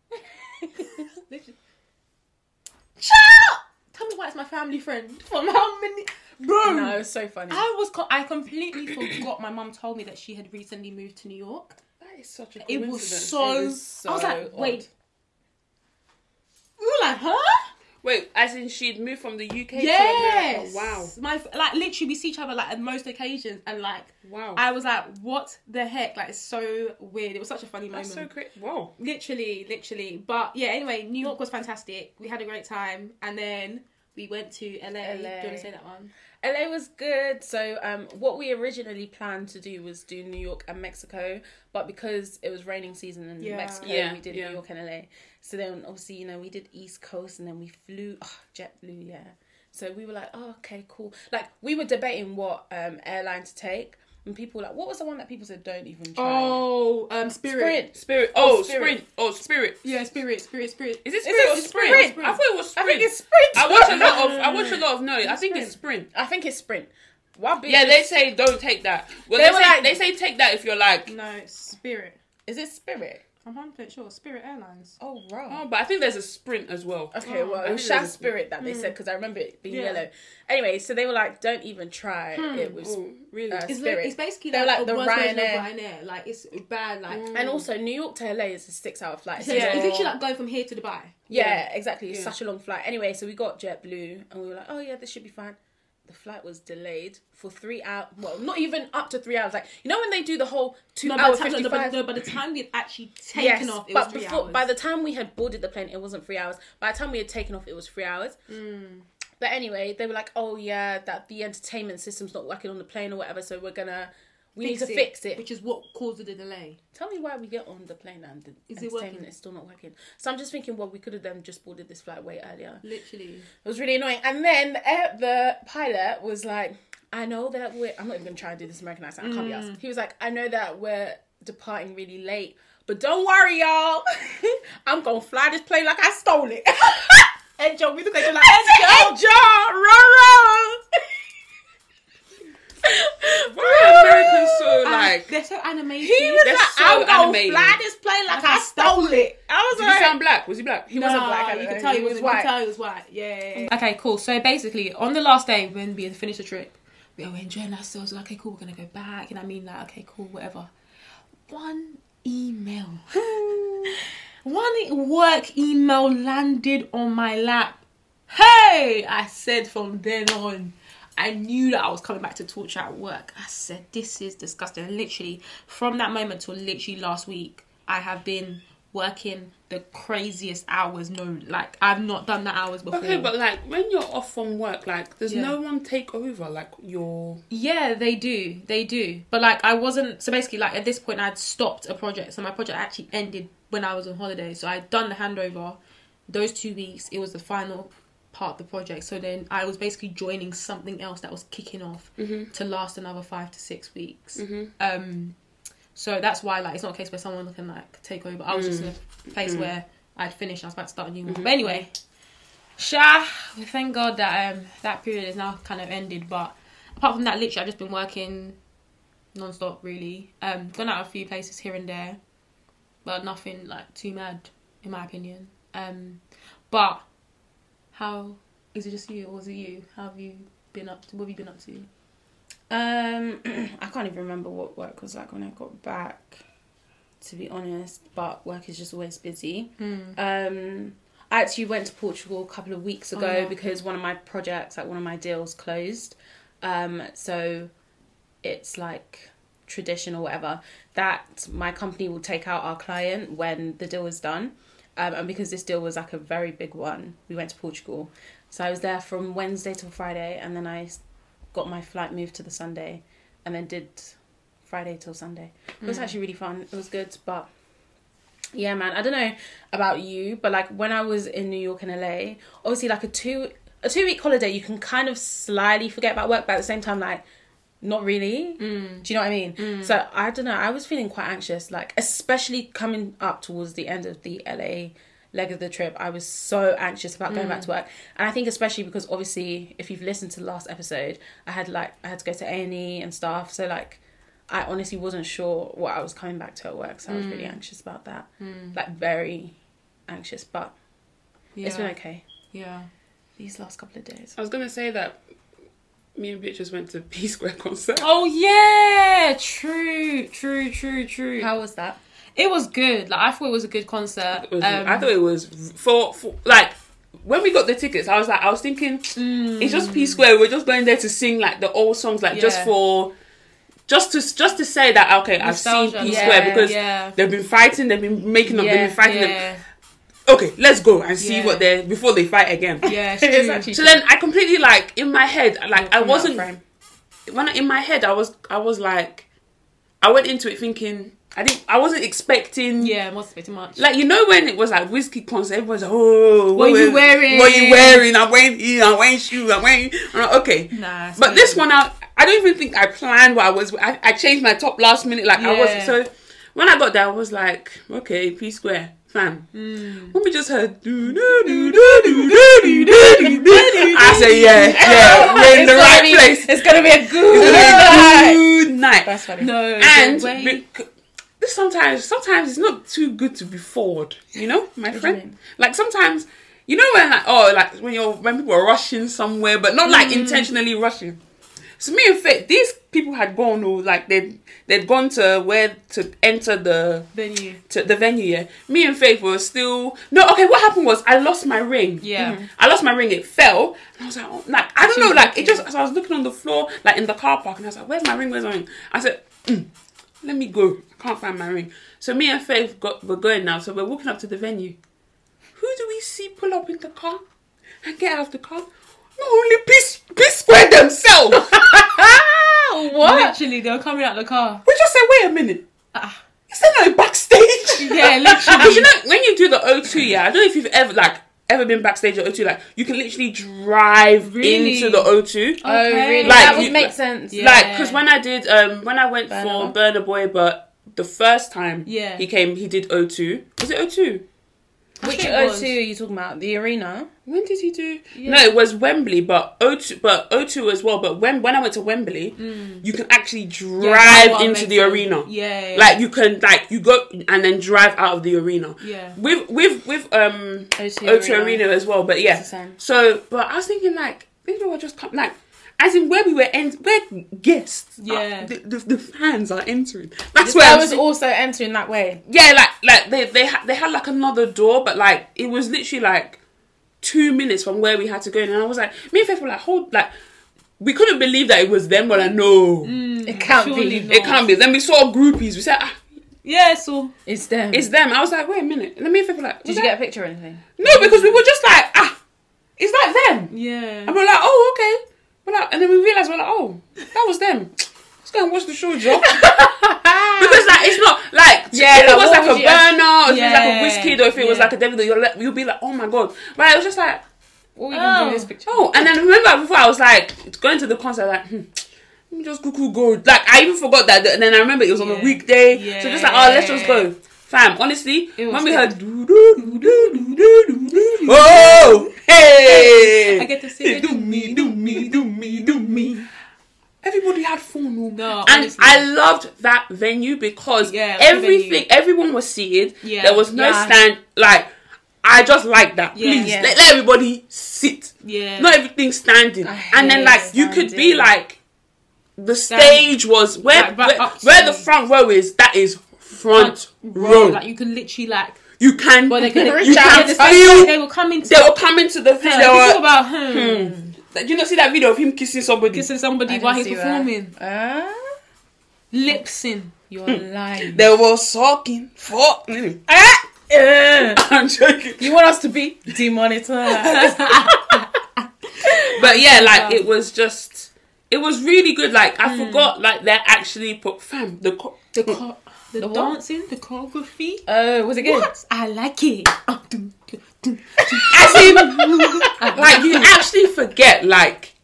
[SPEAKER 3] Literally. Child! Tell me why it's my family friend. From how many. Bro!
[SPEAKER 4] No, it's so funny.
[SPEAKER 3] I was co- I completely forgot. My mum told me that she had recently moved to New York.
[SPEAKER 1] That is such a
[SPEAKER 3] It was
[SPEAKER 1] coincidence.
[SPEAKER 3] so.
[SPEAKER 4] It was
[SPEAKER 3] I was
[SPEAKER 4] so
[SPEAKER 3] like,
[SPEAKER 4] odd.
[SPEAKER 3] wait. We were like, huh?
[SPEAKER 1] Wait, as in she'd moved from the UK
[SPEAKER 3] Yes.
[SPEAKER 1] to America. Oh, Wow.
[SPEAKER 3] My like literally, we see each other like at most occasions, and like,
[SPEAKER 1] Wow.
[SPEAKER 3] I was like, what the heck? Like, it's so weird. It was such a funny
[SPEAKER 1] That's so
[SPEAKER 3] moment.
[SPEAKER 1] great. Wow.
[SPEAKER 3] literally, literally. But yeah, anyway, New York was fantastic. We had a great time, and then we went to LA. Do you want to say that one?
[SPEAKER 4] LA was good. So, um, what we originally planned to do was do New York and Mexico, but because it was raining season in
[SPEAKER 3] Yeah.
[SPEAKER 4] Mexico,
[SPEAKER 1] Yeah,
[SPEAKER 4] we did
[SPEAKER 1] yeah.
[SPEAKER 4] New York and LA. So then, obviously, you know, we did East Coast, and then we flew oh, JetBlue. Yeah. So we were like, oh, okay, cool. Like we were debating what um airline to take, and people were like, what was the one that people said don't even try?
[SPEAKER 3] Oh, um,
[SPEAKER 4] Sprint.
[SPEAKER 1] Spirit. Oh,
[SPEAKER 4] Spirit.
[SPEAKER 1] Sprint. Oh, Spirit.
[SPEAKER 3] Yeah, spirit, spirit, spirit.
[SPEAKER 1] Is it
[SPEAKER 4] Is
[SPEAKER 1] Spirit
[SPEAKER 4] it
[SPEAKER 1] or Sprint?
[SPEAKER 4] Sprint?
[SPEAKER 1] I thought it was
[SPEAKER 4] I
[SPEAKER 1] Sprint.
[SPEAKER 4] think it's Sprint.
[SPEAKER 1] I watch a lot of. I watch a lot of. No, I think it's Sprint.
[SPEAKER 4] I think it's Sprint. Wow,
[SPEAKER 1] Yeah, they say don't take that. Well, they,
[SPEAKER 4] were
[SPEAKER 1] say,
[SPEAKER 4] like-
[SPEAKER 1] they say take that if you're like.
[SPEAKER 3] No, it's spirit.
[SPEAKER 4] is it Spirit?
[SPEAKER 3] I'm 100 sure. Spirit Airlines.
[SPEAKER 4] Oh, right.
[SPEAKER 1] Oh, but I think there's a Sprint as well.
[SPEAKER 4] Okay, well, it
[SPEAKER 1] I think
[SPEAKER 4] was Shaz
[SPEAKER 1] there's a-
[SPEAKER 4] Spirit that they said because I remember it being
[SPEAKER 3] Yeah.
[SPEAKER 4] yellow. Anyway, so they were like, "Don't even try." It was,
[SPEAKER 1] Oh, really?
[SPEAKER 4] uh,
[SPEAKER 3] It's,
[SPEAKER 4] Spirit.
[SPEAKER 3] like, it's basically
[SPEAKER 4] They're
[SPEAKER 3] like,
[SPEAKER 4] like
[SPEAKER 3] the
[SPEAKER 4] the
[SPEAKER 3] worst version of
[SPEAKER 4] Ryanair.
[SPEAKER 3] Ryanair. Like it's bad. Like
[SPEAKER 4] and also New York to LA is a six-hour flight.
[SPEAKER 3] so
[SPEAKER 4] So
[SPEAKER 3] it's,
[SPEAKER 4] yeah.
[SPEAKER 3] it's literally like going from here to Dubai.
[SPEAKER 4] yeah, exactly. It's Such a long flight. Anyway, so we got JetBlue, and we were like, "Oh yeah, this should be fine." The flight was delayed for three hours. Well, not even up to three hours. Like you know when they do the whole two
[SPEAKER 3] No, by
[SPEAKER 4] hour
[SPEAKER 3] the, time, no,
[SPEAKER 4] fifty
[SPEAKER 3] no, by,
[SPEAKER 4] five.
[SPEAKER 3] the, no, by the time we'd actually taken
[SPEAKER 4] Yes,
[SPEAKER 3] off, it
[SPEAKER 4] but
[SPEAKER 3] was three
[SPEAKER 4] before
[SPEAKER 3] hours.
[SPEAKER 4] by the time we had boarded the plane, it wasn't three hours. By the time we had taken off, it was three hours.
[SPEAKER 3] Hmm.
[SPEAKER 4] But anyway, they were like, "Oh yeah, that the entertainment system's not working on the plane or whatever, so we're gonna we need to fix it."
[SPEAKER 3] which is what caused the delay.
[SPEAKER 4] Tell me why we get on the plane and the
[SPEAKER 3] Is it working?
[SPEAKER 4] entertainment is still not working. So I'm just thinking, well, we could have then just boarded this flight way earlier.
[SPEAKER 3] Literally,
[SPEAKER 4] It was really annoying. And then the, air, the pilot was like, I know that we're. I'm not even going to try and do this American accent. I can't be asked. He was like, I know that we're departing really late, but don't worry, y'all. I'm going to fly this plane like I stole it. And Joe, we look at you like, Ed Joe, Roro.
[SPEAKER 1] Why are Americans so like?
[SPEAKER 3] Ah, they're so animated.
[SPEAKER 4] He was
[SPEAKER 1] They're
[SPEAKER 4] like,
[SPEAKER 1] so
[SPEAKER 4] I'm going to
[SPEAKER 1] animated.
[SPEAKER 4] fly this plane like I stole it. I was
[SPEAKER 1] Did he
[SPEAKER 4] like,
[SPEAKER 1] sound black? Was he black? He
[SPEAKER 3] He
[SPEAKER 4] wasn't black, I don't
[SPEAKER 3] You
[SPEAKER 4] know.
[SPEAKER 3] can tell
[SPEAKER 4] He
[SPEAKER 3] he
[SPEAKER 4] was
[SPEAKER 3] was white.
[SPEAKER 4] white.
[SPEAKER 3] Tell he was white. Yeah. Okay, cool. So basically, on the last day when we had finished the trip, we were enjoying ourselves. Like, okay, cool. We're gonna go back, and I mean, like, okay, cool, whatever. One email, one e- work email landed on my lap. Hey, I said from then on. I knew that I was coming back to torture at work. I said, this is disgusting. And literally, from that moment till literally last week, I have been working the craziest hours known. Like, I've not done that hours before.
[SPEAKER 1] Okay, but like when you're off from work, like does
[SPEAKER 3] Yeah.
[SPEAKER 1] no one take over like your
[SPEAKER 3] Yeah, they do. They do. But like I wasn't so basically like at this point I'd stopped a project. So my project actually ended when I was on holiday. So I'd done the handover. Those two weeks, it was the final part of the project. So then I was basically joining something else that was kicking off to last another five to six weeks. Um so that's why like it's not a case where someone can like take over. I was just in a place where I'd finished, I was about to start a new one. But anyway, Sha, we thank God that um that period is now kind of ended. But apart from that, literally, I've just been working non-stop really. Um, gone out a few places here and there, but nothing like too mad in my opinion. Um, but how is it just you or is it you? How have you been up to? What have you been up to?
[SPEAKER 4] Um, I can't even remember what work was like when I got back, to be honest. But work is just always busy. Um, I actually went to Portugal a couple of weeks ago
[SPEAKER 3] yeah.
[SPEAKER 4] because one of my projects, like one of my deals, closed. Um, so it's like tradition or whatever that my company will take out our client when the deal is done. Um, and because this deal was like a very big one, we went to Portugal. So I was there from Wednesday till Friday, and then I s- got my flight moved to the Sunday, and then did Friday till Sunday. It was actually really fun. It was good, but yeah, man. I don't know about you, but like when I was in New York and LA, obviously like a two a two week holiday, you can kind of slyly forget about work, but at the same time, like not really. Do you know what I mean? So I don't know. I was feeling quite anxious, like especially coming up towards the end of the LA leg of the trip. I was so anxious about going back to work, and I think especially because obviously, if you've listened to the last episode, I had like I had to go to A and E and stuff. So like, I honestly wasn't sure what I was coming back to at work. So I was really anxious about that, like very anxious. But
[SPEAKER 3] Yeah.
[SPEAKER 4] it's been okay
[SPEAKER 3] Yeah.
[SPEAKER 4] these last couple of days.
[SPEAKER 1] I was gonna say that me and bitches went to P Square concert.
[SPEAKER 3] Oh yeah, true, true, true, true.
[SPEAKER 4] How was that?
[SPEAKER 3] It was good. Like I thought it was a good concert.
[SPEAKER 1] It was-
[SPEAKER 3] Um,
[SPEAKER 1] I thought it was for, for like when we got the tickets. I was like, I was thinking it's just P Square. We're just going there to sing like the old songs, like just
[SPEAKER 3] Yeah.
[SPEAKER 1] for. Just to just to say that okay, I've
[SPEAKER 3] Nostalgia,
[SPEAKER 1] seen P
[SPEAKER 3] yeah,
[SPEAKER 1] Square because
[SPEAKER 3] yeah.
[SPEAKER 1] they've been fighting, they've been making up,
[SPEAKER 4] Yeah,
[SPEAKER 1] they've been fighting.
[SPEAKER 3] Um, yeah,
[SPEAKER 1] Them. Okay, let's go and see
[SPEAKER 3] Yeah.
[SPEAKER 1] what they are before they fight again.
[SPEAKER 3] yeah, it's
[SPEAKER 4] It's
[SPEAKER 3] true.
[SPEAKER 4] actually-
[SPEAKER 1] So then I completely like in my head, like I
[SPEAKER 4] From that
[SPEAKER 1] wasn't
[SPEAKER 4] frame.
[SPEAKER 1] when I, in my head I was I was like I went into it thinking I didn't I wasn't expecting
[SPEAKER 3] yeah, it was a bit too much.
[SPEAKER 1] like you know when it was like whiskey concert everyone's like oh
[SPEAKER 3] What you wearing?
[SPEAKER 1] what you wearing I'm wearing here I'm wearing shoes I'm wearing I'm like, okay
[SPEAKER 3] Nah, it's
[SPEAKER 1] but
[SPEAKER 3] not
[SPEAKER 1] this
[SPEAKER 3] easy.
[SPEAKER 1] one I I don't even think I planned what I was I, I changed my top last minute like I was
[SPEAKER 3] Yeah.
[SPEAKER 1] so when I got there I was like okay P square fam
[SPEAKER 4] Hmm.
[SPEAKER 1] when we just heard do do do do do do do do do I said yeah yeah we're in the right
[SPEAKER 4] gonna be,
[SPEAKER 1] place
[SPEAKER 4] It's gonna be a good night.
[SPEAKER 1] good night.
[SPEAKER 4] That's funny.
[SPEAKER 3] no,
[SPEAKER 1] And
[SPEAKER 3] the way-
[SPEAKER 1] bec- sometimes, sometimes it's not too good to be forward. You know, my friend. Like sometimes, you know when like oh like when you're when people are rushing somewhere, but not like intentionally rushing. So me and Faith, these people had gone or like they they'd gone to where to enter the
[SPEAKER 3] venue.
[SPEAKER 1] to the venue, yeah. Me and Faith were still no. Okay, what happened was I lost my ring.
[SPEAKER 3] Yeah.
[SPEAKER 1] Mhm. I lost my ring. It fell, and I was like, oh, like I don't know, like it just. As I was looking on the floor, like in the car park, and I was like, "Where's my ring? Where's my ring?" I said, mm, "Let me go. I can't find my ring." So me and Faith got we're going now. So we're walking up to the venue. Who do we see pull up in the car and get out of the car? Not only Peace Peace Square themselves.
[SPEAKER 4] What?
[SPEAKER 3] Literally, they were coming out the car.
[SPEAKER 1] we just said, "Wait a minute."
[SPEAKER 3] Ah.
[SPEAKER 1] Is there no backstage?
[SPEAKER 3] Yeah, literally.
[SPEAKER 1] Because you know, when you do the O2, yeah, I don't know if you've ever like ever been backstage at O2. Like, you can literally drive
[SPEAKER 3] Really?
[SPEAKER 1] into the O2.
[SPEAKER 4] Oh, really?
[SPEAKER 1] Like,
[SPEAKER 4] that would
[SPEAKER 1] you-
[SPEAKER 4] make sense.
[SPEAKER 3] Yeah.
[SPEAKER 1] Like, because when I did, um, when I went for
[SPEAKER 4] Burna.
[SPEAKER 1] Burner Boy, but the first time
[SPEAKER 3] Yeah.
[SPEAKER 1] he came, he did O2. Was it O2?
[SPEAKER 4] Which
[SPEAKER 3] think it
[SPEAKER 4] O2
[SPEAKER 3] was.
[SPEAKER 4] are you talking about? The arena?
[SPEAKER 1] When did he do? No, it was Wembley, but O2, but O2 as well. But when when I went to Wembley, you can actually
[SPEAKER 3] Mm. Yeah,
[SPEAKER 1] drive
[SPEAKER 3] what
[SPEAKER 1] into
[SPEAKER 3] makes
[SPEAKER 1] the
[SPEAKER 3] sense.
[SPEAKER 1] arena.
[SPEAKER 3] Yeah, yeah.
[SPEAKER 1] like you can like you go and then drive out of the arena.
[SPEAKER 3] Yeah.
[SPEAKER 1] With with with um
[SPEAKER 4] O2
[SPEAKER 1] O2 arena.
[SPEAKER 4] Arena
[SPEAKER 1] as well. But yeah.
[SPEAKER 4] the same.
[SPEAKER 1] So but I was thinking like these people were just come like as in where we were end where guests are-
[SPEAKER 3] Yeah.
[SPEAKER 1] the, the, the fans are entering. That's where
[SPEAKER 4] I
[SPEAKER 1] I'm
[SPEAKER 4] was
[SPEAKER 1] thi-
[SPEAKER 4] also entering that way.
[SPEAKER 1] yeah, like like they they had they had like another door, but like it was literally like two minutes from where we had to go, in. and I was like, me and Faith were like, hold, like we couldn't believe that it was them, but like no,
[SPEAKER 4] It can't
[SPEAKER 3] surely
[SPEAKER 4] be.
[SPEAKER 3] not.
[SPEAKER 1] it can't be. Then we saw groupies. We said, ah,
[SPEAKER 3] yeah, so
[SPEAKER 4] It's them.
[SPEAKER 1] it's them. I was like, wait a minute. Let me and Faith were like,
[SPEAKER 4] Did you get a picture or anything?
[SPEAKER 1] no? Because we were just like, ah, is that them?
[SPEAKER 3] yeah,
[SPEAKER 1] And we're like, oh, okay. We're like, and then we realized we're like, oh, that was them. Let's go and watch the show, Joe. because like it's not like
[SPEAKER 4] Yeah,
[SPEAKER 1] if it
[SPEAKER 4] like,
[SPEAKER 1] was
[SPEAKER 4] what
[SPEAKER 1] like a
[SPEAKER 4] would you-
[SPEAKER 1] burner, or if it
[SPEAKER 3] Yeah,
[SPEAKER 1] was like a whiskey, or if it was
[SPEAKER 3] yeah.
[SPEAKER 1] like a devil, you'll, let- you'll be like, oh my god. But it was just like,
[SPEAKER 4] What were you gonna do in this
[SPEAKER 3] Oh.
[SPEAKER 4] picture?
[SPEAKER 1] oh. And then remember before I was like going to the concert, like. Hmm, let me just cuckoo go. Like I even forgot that. And then I remember it was on a
[SPEAKER 3] Yeah.
[SPEAKER 1] weekday, so just like oh, let's just go, fam. Honestly,
[SPEAKER 3] was
[SPEAKER 1] when we
[SPEAKER 3] good.
[SPEAKER 1] heard, oh, Hey!
[SPEAKER 3] I get to see it.
[SPEAKER 1] Do me, do me, do me, do me. Everybody had fun. oh.
[SPEAKER 3] No,
[SPEAKER 1] and
[SPEAKER 3] honestly.
[SPEAKER 1] I loved that venue because
[SPEAKER 3] Yeah, it was a
[SPEAKER 1] everything,
[SPEAKER 3] venue.
[SPEAKER 1] everyone was seated.
[SPEAKER 3] Yeah.
[SPEAKER 1] There was no
[SPEAKER 2] Yeah.
[SPEAKER 1] stand. Like, I just like that.
[SPEAKER 3] Yeah.
[SPEAKER 1] Please,
[SPEAKER 2] Yeah.
[SPEAKER 1] Let, let everybody sit.
[SPEAKER 3] Yeah.
[SPEAKER 1] Not everything standing. And then,
[SPEAKER 2] hate
[SPEAKER 1] like, you could be
[SPEAKER 2] standing.
[SPEAKER 1] like, the stage was where,
[SPEAKER 3] Like, right
[SPEAKER 1] where,
[SPEAKER 3] up to
[SPEAKER 1] where the
[SPEAKER 3] you.
[SPEAKER 1] front row is, that is front row.
[SPEAKER 3] Like you could literally like.
[SPEAKER 1] you can,
[SPEAKER 3] Well, they could.
[SPEAKER 1] you
[SPEAKER 3] yeah,
[SPEAKER 1] can
[SPEAKER 3] the same
[SPEAKER 1] feel
[SPEAKER 3] they will come into.
[SPEAKER 1] they were coming to the thing.
[SPEAKER 3] Like,
[SPEAKER 1] They
[SPEAKER 3] you talk
[SPEAKER 1] were,
[SPEAKER 3] about hmm,
[SPEAKER 1] Did you know, see that video of him kissing somebody.
[SPEAKER 3] kissing somebody
[SPEAKER 2] didn't
[SPEAKER 3] while he's
[SPEAKER 2] see that.
[SPEAKER 3] performing,
[SPEAKER 4] Uh,
[SPEAKER 3] lip syncing.
[SPEAKER 2] You're
[SPEAKER 1] Hmm.
[SPEAKER 2] lying.
[SPEAKER 1] They were sucking. Fuck. Anyway, I'm joking.
[SPEAKER 4] you want us to be demonetized?
[SPEAKER 1] But yeah, like it was just, it was really good. Like
[SPEAKER 3] Hmm.
[SPEAKER 1] I forgot, like they actually put fam the. Co-
[SPEAKER 3] The co- the,
[SPEAKER 2] what?
[SPEAKER 3] dancing, the choreography.
[SPEAKER 4] Oh, was it good?
[SPEAKER 3] I like it. Oh, do, do, do.
[SPEAKER 1] As in, like you actually forget. Like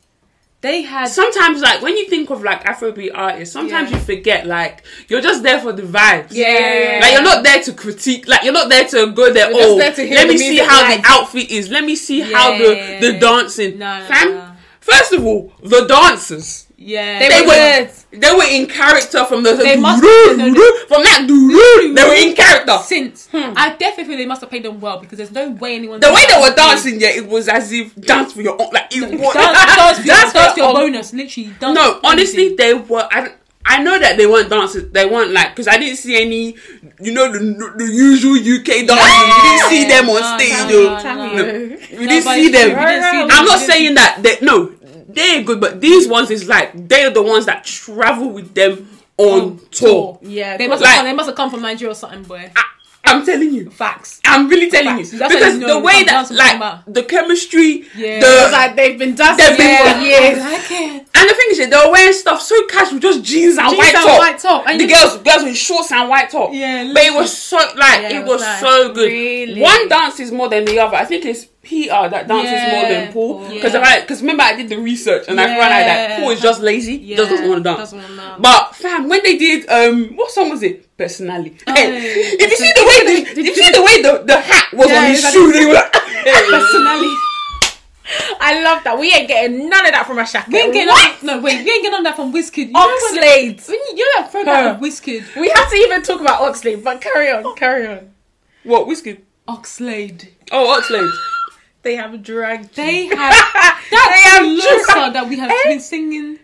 [SPEAKER 3] They had
[SPEAKER 1] sometimes, like when you think of like Afrobeat artists, sometimes
[SPEAKER 3] Yeah.
[SPEAKER 1] you forget. Like you're just there for the vibes.
[SPEAKER 3] yeah.
[SPEAKER 1] Like you're not there to critique. Like you're not there to go there.
[SPEAKER 4] You're just
[SPEAKER 1] oh,
[SPEAKER 4] there to hear
[SPEAKER 1] let
[SPEAKER 4] the
[SPEAKER 1] me see
[SPEAKER 4] music
[SPEAKER 1] how
[SPEAKER 4] live."
[SPEAKER 1] the outfit is. Let me see how the
[SPEAKER 3] Yeah.
[SPEAKER 1] the dancing.
[SPEAKER 3] No, no,
[SPEAKER 1] Fam,
[SPEAKER 3] no.
[SPEAKER 1] First of all, the dancers.
[SPEAKER 3] yeah.
[SPEAKER 1] They
[SPEAKER 4] were
[SPEAKER 1] were
[SPEAKER 4] good.
[SPEAKER 1] they were in character from the
[SPEAKER 3] They must-
[SPEAKER 1] from that doo-doo, they were in character.
[SPEAKER 3] since I definitely feel they must have played them well because there's no way anyone
[SPEAKER 1] The way they were dancing, yeah, it was as if dance for your own. Like it was
[SPEAKER 3] dance, dance, for your-
[SPEAKER 1] dance for
[SPEAKER 3] dance for your
[SPEAKER 1] own-
[SPEAKER 3] bonus, literally. Dance
[SPEAKER 1] No,
[SPEAKER 3] for
[SPEAKER 1] honestly,
[SPEAKER 3] anything.
[SPEAKER 1] they were. I, don't- I know that they weren't dancers. They weren't like because I didn't see any. You know the the usual UK dancers. You didn't see them on
[SPEAKER 3] No,
[SPEAKER 1] stage.
[SPEAKER 3] no,
[SPEAKER 1] though.
[SPEAKER 3] no,
[SPEAKER 2] Tell
[SPEAKER 3] no.
[SPEAKER 2] me.
[SPEAKER 1] You didn't
[SPEAKER 3] but
[SPEAKER 1] see
[SPEAKER 3] it's true,
[SPEAKER 1] them.
[SPEAKER 3] we didn't see them.
[SPEAKER 1] I'm not
[SPEAKER 3] We didn't-
[SPEAKER 1] saying that they no, they're good, but these ones is like they are the ones that travel with them on tour.
[SPEAKER 4] Yeah,
[SPEAKER 3] They
[SPEAKER 4] cool.
[SPEAKER 3] must
[SPEAKER 1] Like-
[SPEAKER 3] have come, they must have come from Nigeria or something, boy.
[SPEAKER 1] I, I'm telling you.
[SPEAKER 3] Facts.
[SPEAKER 1] I'm really telling you
[SPEAKER 3] Facts. That's how
[SPEAKER 1] because
[SPEAKER 3] you know
[SPEAKER 1] the
[SPEAKER 3] you
[SPEAKER 1] way
[SPEAKER 3] can
[SPEAKER 1] that
[SPEAKER 3] dance with
[SPEAKER 1] like
[SPEAKER 3] Kumba.
[SPEAKER 1] the chemistry,
[SPEAKER 3] Yeah.
[SPEAKER 1] the
[SPEAKER 4] It's like they've been dancing
[SPEAKER 1] They've been-
[SPEAKER 4] for
[SPEAKER 3] I
[SPEAKER 4] years.
[SPEAKER 3] like it.
[SPEAKER 1] And the thing is, they were wearing stuff so casual, just jeans and,
[SPEAKER 4] Jeans
[SPEAKER 1] white,
[SPEAKER 4] and
[SPEAKER 1] top.
[SPEAKER 4] white top, and
[SPEAKER 1] the
[SPEAKER 4] you-
[SPEAKER 1] girls, girls with shorts and white top.
[SPEAKER 3] Yeah,
[SPEAKER 1] but it was so like
[SPEAKER 3] Yeah,
[SPEAKER 1] it
[SPEAKER 3] it
[SPEAKER 1] was
[SPEAKER 3] was nice.
[SPEAKER 1] so good.
[SPEAKER 4] Really?
[SPEAKER 1] One dance is more than the other. I think it's Peter that dances more
[SPEAKER 3] Yeah,
[SPEAKER 1] than Paul
[SPEAKER 3] Paul.
[SPEAKER 1] because
[SPEAKER 3] Yeah.
[SPEAKER 1] I because remember I did the research and I found out that
[SPEAKER 3] Yeah.
[SPEAKER 1] Paul is just lazy,
[SPEAKER 3] Yeah,
[SPEAKER 1] just doesn't want to dance.
[SPEAKER 3] doesn't wanna dance.
[SPEAKER 1] But fam, when they did um, what song was it? Personally, Hey,
[SPEAKER 3] yeah, yeah,
[SPEAKER 1] if you see the way the, if you see the way the, the hat was
[SPEAKER 4] Yeah,
[SPEAKER 1] on his
[SPEAKER 4] it's like-
[SPEAKER 1] shoe, they were like,
[SPEAKER 3] Personally.
[SPEAKER 4] I love that. We ain't getting none of that from Ashaka.
[SPEAKER 3] We ain't getting
[SPEAKER 4] What?
[SPEAKER 3] on, no wait, we ain't getting on that from Wizkid. You know when they-
[SPEAKER 4] Oxlade.
[SPEAKER 3] when you- you're that friend
[SPEAKER 4] Huh.
[SPEAKER 3] of Wizkid.
[SPEAKER 4] We have to even talk about Oxlade, but carry on, carry on.
[SPEAKER 1] what whiskey?
[SPEAKER 3] Oxlade.
[SPEAKER 1] Oh, Oxlade.
[SPEAKER 4] They have dragged.
[SPEAKER 3] They have that
[SPEAKER 4] They have
[SPEAKER 3] Losa
[SPEAKER 4] dragged-
[SPEAKER 3] that we have been singing.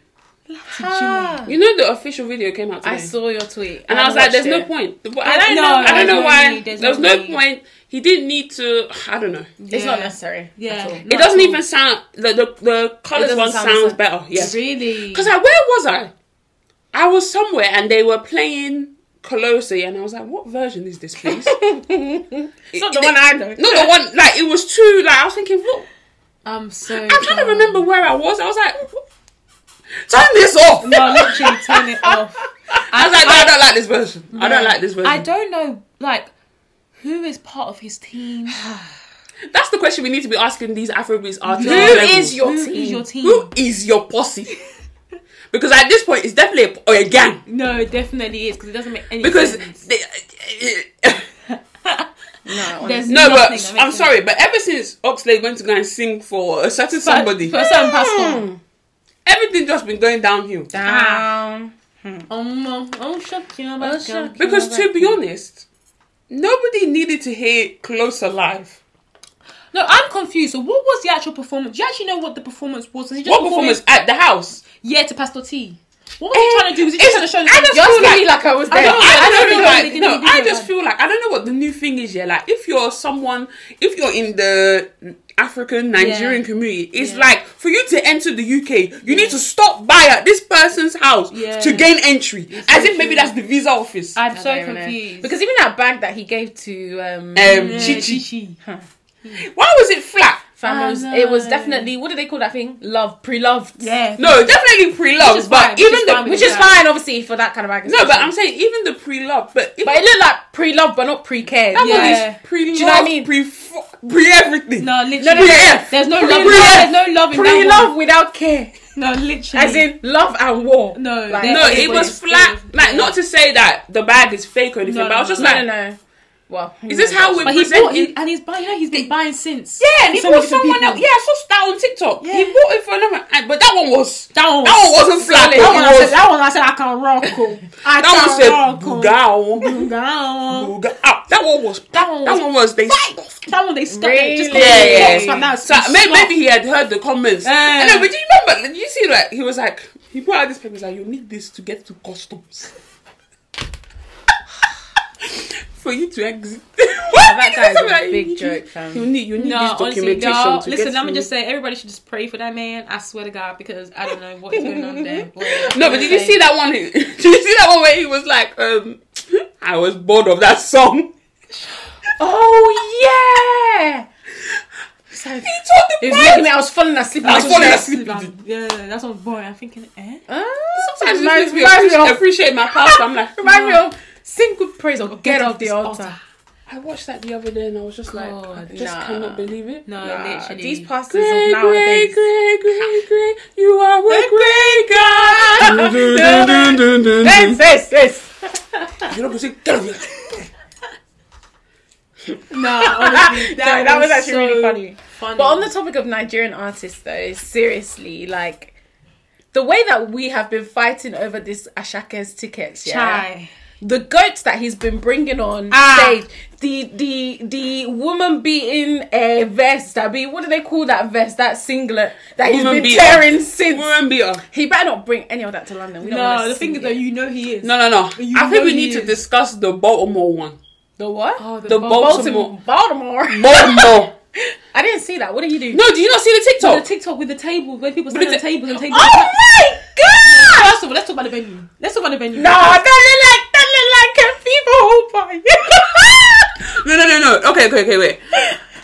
[SPEAKER 4] Ah.
[SPEAKER 1] You know the official video came out today.
[SPEAKER 4] I saw your tweet,
[SPEAKER 1] And I was like,
[SPEAKER 4] watched
[SPEAKER 1] "There's no
[SPEAKER 4] it.
[SPEAKER 1] point. The- I don't
[SPEAKER 3] no,
[SPEAKER 1] know. I don't
[SPEAKER 3] there's
[SPEAKER 1] know
[SPEAKER 3] no
[SPEAKER 1] why.
[SPEAKER 3] need, there's
[SPEAKER 1] There's
[SPEAKER 3] no
[SPEAKER 1] no
[SPEAKER 3] need.
[SPEAKER 1] point. He didn't need to. I don't know.
[SPEAKER 4] It's not
[SPEAKER 3] Yeah.
[SPEAKER 4] necessary.
[SPEAKER 3] Yeah.
[SPEAKER 4] at all.
[SPEAKER 1] It doesn't even sound. The the, the colors
[SPEAKER 4] doesn't
[SPEAKER 1] one
[SPEAKER 4] sound
[SPEAKER 1] sounds
[SPEAKER 4] the same.
[SPEAKER 1] better. Yeah.
[SPEAKER 3] really
[SPEAKER 1] Because I where was I? I was somewhere and they were playing Colossi and I was like, "What version is this, please?"
[SPEAKER 4] It's not the one I know.
[SPEAKER 1] no, the one like it was too. Like I was thinking, what?
[SPEAKER 3] I'm so
[SPEAKER 1] I'm trying to remember where I was. I was like, what? "Turn this off."
[SPEAKER 3] No, literally turn it off.
[SPEAKER 1] I was like, no, "I don't like this version. I don't like this version."
[SPEAKER 3] I don't know like who is part of his team?
[SPEAKER 1] That's the question we need to be asking these Afrobeats artists.
[SPEAKER 4] Who
[SPEAKER 1] on level.
[SPEAKER 4] is your
[SPEAKER 3] Who
[SPEAKER 4] team?
[SPEAKER 3] is your team?
[SPEAKER 1] Who is your posse? because at this point, it's definitely a, a gang.
[SPEAKER 3] No, it definitely is because it doesn't make any
[SPEAKER 1] Because
[SPEAKER 3] sense.
[SPEAKER 1] they,
[SPEAKER 4] No,
[SPEAKER 3] There's
[SPEAKER 1] no,
[SPEAKER 3] nothing
[SPEAKER 1] but
[SPEAKER 3] that makes
[SPEAKER 1] I'm
[SPEAKER 3] sense.
[SPEAKER 1] sorry, but ever since Oxlade went to go and sing for a certain
[SPEAKER 3] But
[SPEAKER 1] somebody,
[SPEAKER 3] for a certain
[SPEAKER 4] Mm.
[SPEAKER 3] pastor.
[SPEAKER 1] everything just been going downhill.
[SPEAKER 4] down.
[SPEAKER 3] Um, um, oh, shock you, oh,
[SPEAKER 4] shock.
[SPEAKER 1] Because to be honest, nobody needed to hear "Closer" live.
[SPEAKER 3] No, I'm confused. So, what was the actual performance? Do you actually know what the performance was? Was he just
[SPEAKER 1] What
[SPEAKER 3] performing-
[SPEAKER 1] performance at the house?
[SPEAKER 3] Yeah, to Pastor T. What was he trying to do? Was he just
[SPEAKER 1] Eh, it's-
[SPEAKER 3] trying to show
[SPEAKER 1] I
[SPEAKER 3] the
[SPEAKER 1] just
[SPEAKER 4] You're
[SPEAKER 1] feel
[SPEAKER 4] screaming like I was
[SPEAKER 1] I
[SPEAKER 4] there.
[SPEAKER 1] don't, I don't
[SPEAKER 3] feel
[SPEAKER 1] know,
[SPEAKER 3] like
[SPEAKER 1] like,
[SPEAKER 3] they didn't
[SPEAKER 1] no,
[SPEAKER 3] do
[SPEAKER 1] I
[SPEAKER 3] that.
[SPEAKER 1] just feel like I don't know what the new thing is. Yeah, like if you're someone, if you're in the African Nigerian
[SPEAKER 3] Yeah.
[SPEAKER 1] community, it's
[SPEAKER 3] Yeah.
[SPEAKER 1] like for you to enter the UK, you need to stop by at this person's house
[SPEAKER 3] Yeah.
[SPEAKER 1] to gain entry, as if maybe that's the visa office.
[SPEAKER 3] I'm
[SPEAKER 4] I
[SPEAKER 3] so
[SPEAKER 4] don't know.
[SPEAKER 3] confused.
[SPEAKER 4] Because even that bag that he gave to um,
[SPEAKER 1] um,
[SPEAKER 3] Yeah,
[SPEAKER 1] Chichi,
[SPEAKER 3] Chichi.
[SPEAKER 1] why was it flat?
[SPEAKER 4] fam, it was-
[SPEAKER 3] I
[SPEAKER 4] it was
[SPEAKER 3] know.
[SPEAKER 4] definitely what do they call that thing? Love, pre-loved.
[SPEAKER 3] Yeah.
[SPEAKER 1] No, definitely
[SPEAKER 3] Which
[SPEAKER 1] pre-love,
[SPEAKER 3] is
[SPEAKER 1] but
[SPEAKER 3] fine, which
[SPEAKER 1] even
[SPEAKER 3] is
[SPEAKER 1] the
[SPEAKER 3] fine with
[SPEAKER 4] Which is
[SPEAKER 3] Yeah.
[SPEAKER 4] fine, obviously, for that kind of bag.
[SPEAKER 1] no, but I'm saying even the pre-love, but even
[SPEAKER 4] But it looked like pre-loved, but not pre-cared.
[SPEAKER 1] that one
[SPEAKER 3] Yeah.
[SPEAKER 1] is pre-love,
[SPEAKER 4] Do you know what I mean?
[SPEAKER 1] pre pre everything.
[SPEAKER 3] No, literally.
[SPEAKER 1] yeah.
[SPEAKER 3] There's no
[SPEAKER 1] Pre-
[SPEAKER 3] love.
[SPEAKER 1] pre-
[SPEAKER 3] There's no love in that
[SPEAKER 4] Pre-love without care,
[SPEAKER 3] one. No, literally.
[SPEAKER 4] as in love and war.
[SPEAKER 3] No,
[SPEAKER 4] like,
[SPEAKER 3] they're-
[SPEAKER 1] No,
[SPEAKER 3] It
[SPEAKER 1] it was
[SPEAKER 3] was-
[SPEAKER 1] flat.
[SPEAKER 3] it was-
[SPEAKER 1] Like, not to say that the bag is fake or anything,
[SPEAKER 3] No,
[SPEAKER 1] but I was
[SPEAKER 3] no,
[SPEAKER 1] just
[SPEAKER 4] no,
[SPEAKER 1] like,
[SPEAKER 4] no, no. Well,
[SPEAKER 1] Is this how we're
[SPEAKER 2] But he's bought,
[SPEAKER 1] presenting?
[SPEAKER 2] he, and he's buying. Yeah, he's been buying since.
[SPEAKER 1] Yeah, and he
[SPEAKER 2] So
[SPEAKER 1] bought
[SPEAKER 2] many different
[SPEAKER 1] someone
[SPEAKER 2] people.
[SPEAKER 1] else. Yeah, I saw that on TikTok. He
[SPEAKER 2] Yeah.
[SPEAKER 1] bought it for another, and, but that one was that,
[SPEAKER 2] That one,
[SPEAKER 1] one wasn't flat.
[SPEAKER 2] That one, I said,
[SPEAKER 1] That
[SPEAKER 2] that one I said I can rock. cool. I
[SPEAKER 1] one, that
[SPEAKER 2] can
[SPEAKER 1] one
[SPEAKER 2] rock.
[SPEAKER 1] said
[SPEAKER 2] cool. Down.
[SPEAKER 1] Buga. Ah, that one was
[SPEAKER 2] That one
[SPEAKER 1] that
[SPEAKER 2] was-
[SPEAKER 1] one was they scuffed.
[SPEAKER 2] That one they stuck it just
[SPEAKER 4] Really?
[SPEAKER 2] got it in the
[SPEAKER 1] Yeah.
[SPEAKER 2] box, but now it's
[SPEAKER 1] So
[SPEAKER 2] been
[SPEAKER 1] maybe,
[SPEAKER 2] swapped.
[SPEAKER 1] maybe he had heard the comments.
[SPEAKER 2] Yeah.
[SPEAKER 1] I know, but do you remember? Did you see like he was like he put out this paper. He's like, you need this to get to customs for you to exit.
[SPEAKER 4] that guy is a big joke, fam.
[SPEAKER 1] You need you need
[SPEAKER 3] No,
[SPEAKER 1] this
[SPEAKER 3] honestly,
[SPEAKER 1] documentation
[SPEAKER 3] y'all,
[SPEAKER 1] to
[SPEAKER 3] listen,
[SPEAKER 1] get
[SPEAKER 3] let me
[SPEAKER 1] through.
[SPEAKER 3] just say, everybody should just pray for that man. I swear to God, because I don't know what is going on there.
[SPEAKER 1] No, but did you see that one? Did you see that one where he was like, um, I was bored of that song.
[SPEAKER 4] Oh yeah. It's
[SPEAKER 1] He told
[SPEAKER 4] like,
[SPEAKER 1] the
[SPEAKER 4] it was
[SPEAKER 1] bride-
[SPEAKER 4] making me. I was falling asleep.
[SPEAKER 1] I was
[SPEAKER 4] in the
[SPEAKER 1] falling
[SPEAKER 4] chair.
[SPEAKER 1] asleep.
[SPEAKER 3] Yeah, that's what's boring. I'm thinking, eh?
[SPEAKER 4] Ah,
[SPEAKER 1] Sometimes it makes
[SPEAKER 4] reminds
[SPEAKER 1] me
[SPEAKER 4] me of-
[SPEAKER 1] appreciate, appreciate my past. I'm like,
[SPEAKER 4] reminds me of sing good praise or get, off,
[SPEAKER 3] this
[SPEAKER 4] the altar.
[SPEAKER 1] I watched that the other day and I was just like, I
[SPEAKER 3] God,
[SPEAKER 1] just
[SPEAKER 4] nah.
[SPEAKER 1] cannot believe it.
[SPEAKER 3] No,
[SPEAKER 4] Nah,
[SPEAKER 3] literally.
[SPEAKER 4] These pastors
[SPEAKER 1] Great,
[SPEAKER 4] of
[SPEAKER 1] great,
[SPEAKER 4] nowadays.
[SPEAKER 1] great, great, great. You are a great
[SPEAKER 4] Dun,
[SPEAKER 1] God.
[SPEAKER 4] dun, dun, dun, dun. Yes, yes, yes.
[SPEAKER 1] You're not gonna say, get off your-
[SPEAKER 3] No, honestly, that,
[SPEAKER 4] Sorry, that was actually really funny.
[SPEAKER 3] funny.
[SPEAKER 4] But on the topic of Nigerian artists, though, seriously, like the way that we have been fighting over this Ashake's tickets, yeah.
[SPEAKER 3] chai,
[SPEAKER 4] the goats that he's been bringing on
[SPEAKER 3] Ah.
[SPEAKER 4] stage, the the the woman beating a vest. I mean, what do they call that vest? That singlet that he's
[SPEAKER 1] Woman
[SPEAKER 4] been
[SPEAKER 1] beater.
[SPEAKER 4] tearing since.
[SPEAKER 1] Woman beater.
[SPEAKER 4] He better not bring any of that to London. We don't
[SPEAKER 3] no,
[SPEAKER 4] want
[SPEAKER 3] the
[SPEAKER 4] to
[SPEAKER 3] thing is that you know he is.
[SPEAKER 1] No, no, no.
[SPEAKER 3] You
[SPEAKER 1] I think
[SPEAKER 3] know
[SPEAKER 1] we
[SPEAKER 3] he
[SPEAKER 1] need to
[SPEAKER 3] is.
[SPEAKER 1] discuss the Baltimore one.
[SPEAKER 4] the what?
[SPEAKER 3] Oh, the,
[SPEAKER 1] The
[SPEAKER 3] bo-
[SPEAKER 1] bo-
[SPEAKER 4] Baltimore. Baltimore.
[SPEAKER 1] Baltimore.
[SPEAKER 4] I didn't see that. What did he do?
[SPEAKER 1] no, do you not see the
[SPEAKER 3] the
[SPEAKER 1] TikTok?
[SPEAKER 3] TikTok with the table when people stand on
[SPEAKER 1] the-
[SPEAKER 3] tables and tables.
[SPEAKER 4] Oh my god!
[SPEAKER 3] First of all, let's talk about the venue. Let's talk about the venue.
[SPEAKER 4] No, that look like that look like a fever
[SPEAKER 1] No, no, no, no. Okay, okay, okay, wait.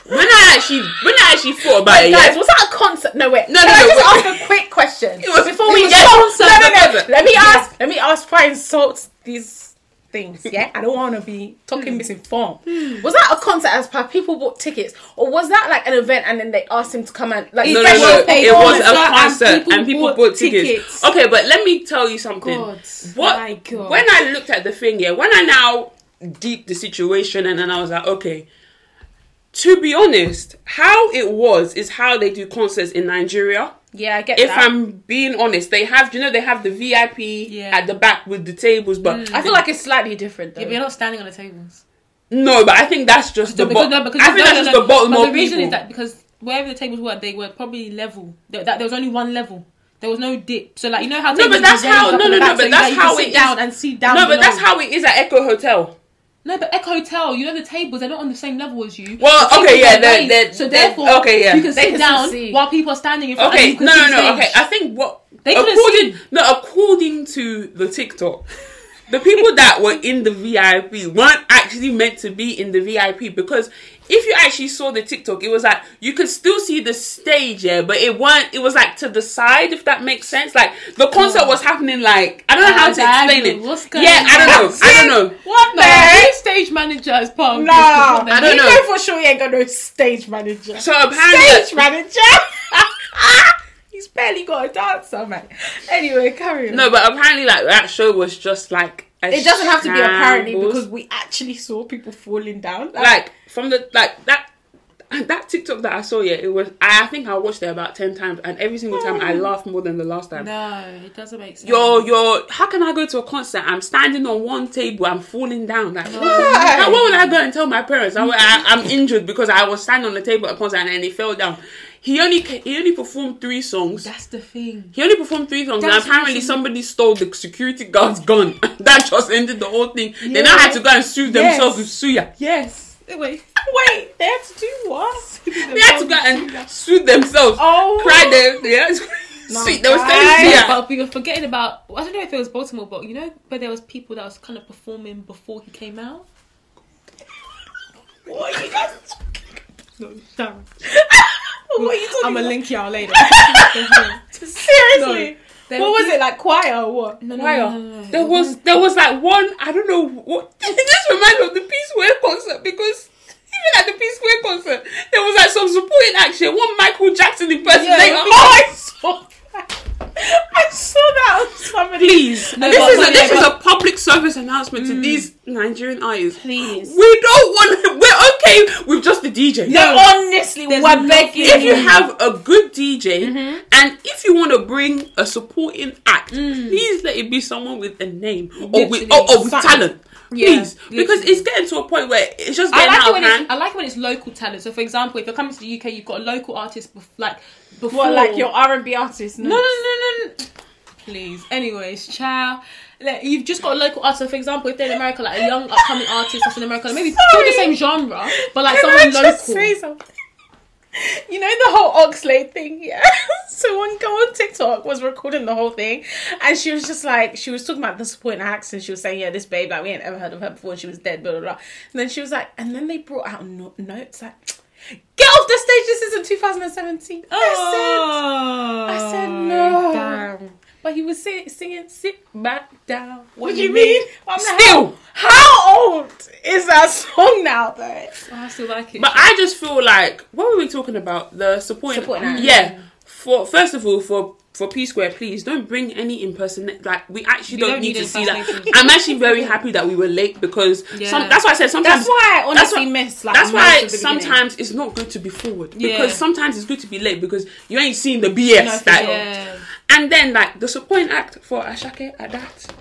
[SPEAKER 1] When I actually, when I actually thought about it,
[SPEAKER 4] Guys,
[SPEAKER 1] yeah,
[SPEAKER 4] was that a concert? No wait.
[SPEAKER 1] No,
[SPEAKER 4] Can
[SPEAKER 1] no,
[SPEAKER 4] I
[SPEAKER 1] no,
[SPEAKER 4] just
[SPEAKER 1] wait.
[SPEAKER 4] ask a quick question
[SPEAKER 1] It was-
[SPEAKER 4] before
[SPEAKER 1] it
[SPEAKER 4] we
[SPEAKER 1] was
[SPEAKER 4] get
[SPEAKER 1] a
[SPEAKER 4] No,
[SPEAKER 1] concert,
[SPEAKER 4] no, no.
[SPEAKER 1] but-
[SPEAKER 4] Let me ask. Let me ask. Why insult these things? Yeah, I don't want to be
[SPEAKER 1] Hmm.
[SPEAKER 4] talking misinformed. Was that a concert as per people bought tickets, or was that like an event and then they asked him to come and like
[SPEAKER 1] no, no,
[SPEAKER 4] special
[SPEAKER 1] no. It was
[SPEAKER 4] performance?
[SPEAKER 1] a
[SPEAKER 3] and
[SPEAKER 1] concert, and
[SPEAKER 3] people
[SPEAKER 1] people,
[SPEAKER 3] bought
[SPEAKER 1] bought, tickets.
[SPEAKER 3] tickets.
[SPEAKER 1] Okay, but let me tell you something.
[SPEAKER 3] God,
[SPEAKER 1] what?
[SPEAKER 3] my God.
[SPEAKER 1] When I looked at the thing, yeah, when I now deep the situation, and then I was like, okay. To be honest, how it was is how they do concerts in Nigeria.
[SPEAKER 4] Yeah, I get
[SPEAKER 1] If
[SPEAKER 4] that.
[SPEAKER 1] I'm being honest, they have you know they have the VIP at the back with the tables, but
[SPEAKER 3] Mm.
[SPEAKER 4] I feel like it's slightly different though.
[SPEAKER 3] But you're not standing on the tables.
[SPEAKER 1] no, but I think that's just the
[SPEAKER 3] because,
[SPEAKER 1] bo-
[SPEAKER 3] no, because
[SPEAKER 1] I think
[SPEAKER 3] no,
[SPEAKER 1] that's
[SPEAKER 3] no,
[SPEAKER 1] just
[SPEAKER 3] no.
[SPEAKER 1] the bottom
[SPEAKER 3] But
[SPEAKER 1] of
[SPEAKER 3] the reason
[SPEAKER 1] people.
[SPEAKER 3] is that because wherever the tables were, they were probably level. There, that, there was only one level. There was no dip. So like you know how
[SPEAKER 1] No, but
[SPEAKER 3] tables
[SPEAKER 1] that's
[SPEAKER 3] were raised
[SPEAKER 1] how-
[SPEAKER 3] up
[SPEAKER 1] no,
[SPEAKER 3] in
[SPEAKER 1] no, no,
[SPEAKER 3] the back,
[SPEAKER 1] but
[SPEAKER 3] so you-
[SPEAKER 1] that's
[SPEAKER 3] you
[SPEAKER 1] how
[SPEAKER 3] could
[SPEAKER 1] it
[SPEAKER 3] sit
[SPEAKER 1] is.
[SPEAKER 3] down and see down.
[SPEAKER 1] no, but
[SPEAKER 3] below.
[SPEAKER 1] that's how it is at Echo Hotel.
[SPEAKER 3] No, but Echo Hotel, you know the tables, they're not on the same level as you.
[SPEAKER 1] Well,
[SPEAKER 3] The
[SPEAKER 1] okay,
[SPEAKER 3] tables
[SPEAKER 1] yeah,
[SPEAKER 3] are
[SPEAKER 1] they're-
[SPEAKER 3] raised,
[SPEAKER 1] they're-
[SPEAKER 3] so
[SPEAKER 1] they're-
[SPEAKER 3] therefore,
[SPEAKER 1] okay, yeah.
[SPEAKER 3] you can
[SPEAKER 1] They
[SPEAKER 3] sit
[SPEAKER 4] can
[SPEAKER 3] down
[SPEAKER 4] see.
[SPEAKER 3] while people are standing in front. and
[SPEAKER 1] Okay,
[SPEAKER 3] you can
[SPEAKER 1] no,
[SPEAKER 3] see
[SPEAKER 1] no,
[SPEAKER 3] the
[SPEAKER 1] no.
[SPEAKER 3] stage.
[SPEAKER 1] Okay, I think what
[SPEAKER 3] They couldn't
[SPEAKER 1] according
[SPEAKER 3] see.
[SPEAKER 1] no according to the TikTok, the people that were in the VIP weren't actually meant to be in the VIP because if you actually saw the TikTok, it was like you could still see the stage, yeah, but it weren't. It was like to the side, if that makes sense. Like the concert was happening. Like I don't know how to explain
[SPEAKER 3] Diagonal,
[SPEAKER 1] it.
[SPEAKER 3] what's going
[SPEAKER 1] Yeah, I don't know. I don't know.
[SPEAKER 4] What
[SPEAKER 3] No,
[SPEAKER 4] the heck?
[SPEAKER 3] these stage manager is part of
[SPEAKER 4] Nah,
[SPEAKER 1] I don't
[SPEAKER 4] you
[SPEAKER 1] know.
[SPEAKER 4] for sure he ain't got no stage manager.
[SPEAKER 1] So apparently,
[SPEAKER 4] stage manager. He's barely got a dancer, man. Anyway, carry on.
[SPEAKER 1] no, but apparently, like that show was just like a
[SPEAKER 4] it doesn't have to be apparently
[SPEAKER 1] shambles.
[SPEAKER 4] because we actually saw people falling down.
[SPEAKER 3] Uh,
[SPEAKER 1] like from the like that that TikTok that I saw, yeah, it was. I, I think I watched it about ten times, and every single time I laughed more than the last time.
[SPEAKER 3] Oh. No, it doesn't make sense.
[SPEAKER 1] Yo, yo, how can I go to a concert? I'm standing on one table, I'm falling down. Like, what?
[SPEAKER 4] Why?
[SPEAKER 1] How, what would I go and tell my parents? I, am injured because I was standing on the table at a concert and then it fell down. He only ca- he only performed three songs.
[SPEAKER 3] that's the thing.
[SPEAKER 1] He only performed three songs,
[SPEAKER 3] That's
[SPEAKER 1] and apparently
[SPEAKER 3] amazing.
[SPEAKER 1] somebody stole the security guard's gun. that just ended the whole thing. They now had to go and sue themselves with suya.
[SPEAKER 3] Yes. Wait.
[SPEAKER 4] wait, they have to do what?
[SPEAKER 1] They had to go and sue themselves.
[SPEAKER 4] Oh.
[SPEAKER 1] Cry them. They had to sue. They were standing
[SPEAKER 4] God.
[SPEAKER 1] there.
[SPEAKER 3] But we were forgetting about. I don't know if it was Baltimore, but you know, but there was people that was kind of performing before he came out.
[SPEAKER 4] What are you guys?
[SPEAKER 3] No, sorry.
[SPEAKER 4] What are you talking
[SPEAKER 3] I'm gonna
[SPEAKER 4] about?
[SPEAKER 3] link y'all later.
[SPEAKER 4] Seriously.
[SPEAKER 3] They
[SPEAKER 4] What
[SPEAKER 3] were
[SPEAKER 4] was it like choir or what?
[SPEAKER 3] No, no,
[SPEAKER 4] choir.
[SPEAKER 3] no, no, no.
[SPEAKER 1] There was there was like one I don't know what it just reminds me of the Peace Square concert because even at the Peace Square concert there was like some supporting action. One Michael Jackson impersonator.
[SPEAKER 4] Yeah,
[SPEAKER 1] oh,
[SPEAKER 4] I saw that. I saw that on somebody.
[SPEAKER 1] please!
[SPEAKER 3] No,
[SPEAKER 1] this
[SPEAKER 3] but-
[SPEAKER 1] is a,
[SPEAKER 3] but
[SPEAKER 1] this
[SPEAKER 3] yeah,
[SPEAKER 1] is a
[SPEAKER 3] but-
[SPEAKER 1] public public service announcement to these Nigerian artists.
[SPEAKER 2] Please.
[SPEAKER 1] We don't want. We're okay with just the DJ.
[SPEAKER 2] No, honestly, we're
[SPEAKER 3] nothing-
[SPEAKER 2] begging
[SPEAKER 1] If you have a good DJ and if you want to bring a supporting act, please let it be someone with a name or with, or, or with
[SPEAKER 2] something.
[SPEAKER 1] talent.
[SPEAKER 3] Yeah,
[SPEAKER 1] Please, because it's getting to a point where it's just
[SPEAKER 3] I
[SPEAKER 1] getting
[SPEAKER 3] like, it
[SPEAKER 1] out of
[SPEAKER 3] when it's,
[SPEAKER 1] hand.
[SPEAKER 3] I like it when it's local talent. So, for example, if you're coming to the UK, you've got a local artist bef- like before.
[SPEAKER 4] What, like your R and B artist?
[SPEAKER 3] No, no, no, no, no. Please. Anyways, ciao. Like, you've just got a local artist. So, for example, if they're in America, like a young upcoming artist that's in America, maybe still the same genre, but like
[SPEAKER 4] Can
[SPEAKER 3] someone
[SPEAKER 4] I just
[SPEAKER 3] local.
[SPEAKER 4] say something? You know the whole Oxlade thing, yeah. So one girl on TikTok was recording the whole thing, and she was just like, she was talking about the supporting acts, and she was saying, yeah, this babe, like we ain't ever heard of her before, and she was dead, blah blah blah. And then she was like, and then they brought out no- notes like, get off the stage, this isn't 2017. I
[SPEAKER 3] Oh,
[SPEAKER 4] said, I said no.
[SPEAKER 3] Damn.
[SPEAKER 4] But he was sing- singing, sit back down. What,
[SPEAKER 1] do you mean?
[SPEAKER 4] I'm like,
[SPEAKER 1] Still.
[SPEAKER 4] how, how old is that song now, though?
[SPEAKER 3] Oh, I still like it.
[SPEAKER 1] But I just feel like what were we talking about? The supporting,
[SPEAKER 4] Supporting act.
[SPEAKER 1] yeah. For first of all, for for P Square, please don't bring any impersonate. Like we actually don't,
[SPEAKER 3] don't
[SPEAKER 1] need,
[SPEAKER 3] need
[SPEAKER 1] to see that.
[SPEAKER 3] impersonation.
[SPEAKER 1] I'm actually very happy that we were late because some,
[SPEAKER 3] Yeah.
[SPEAKER 1] that's why I said sometimes.
[SPEAKER 4] That's why I
[SPEAKER 1] that's
[SPEAKER 4] honestly
[SPEAKER 1] why-
[SPEAKER 4] miss like.
[SPEAKER 1] that's
[SPEAKER 4] most
[SPEAKER 1] why
[SPEAKER 4] of the beginning.
[SPEAKER 1] sometimes it's not good to be forward
[SPEAKER 3] Yeah.
[SPEAKER 1] because sometimes it's good to be late because you ain't seen the BS.
[SPEAKER 4] No, for
[SPEAKER 1] that,
[SPEAKER 3] yeah.
[SPEAKER 1] And then like the supporting act for Ashake at that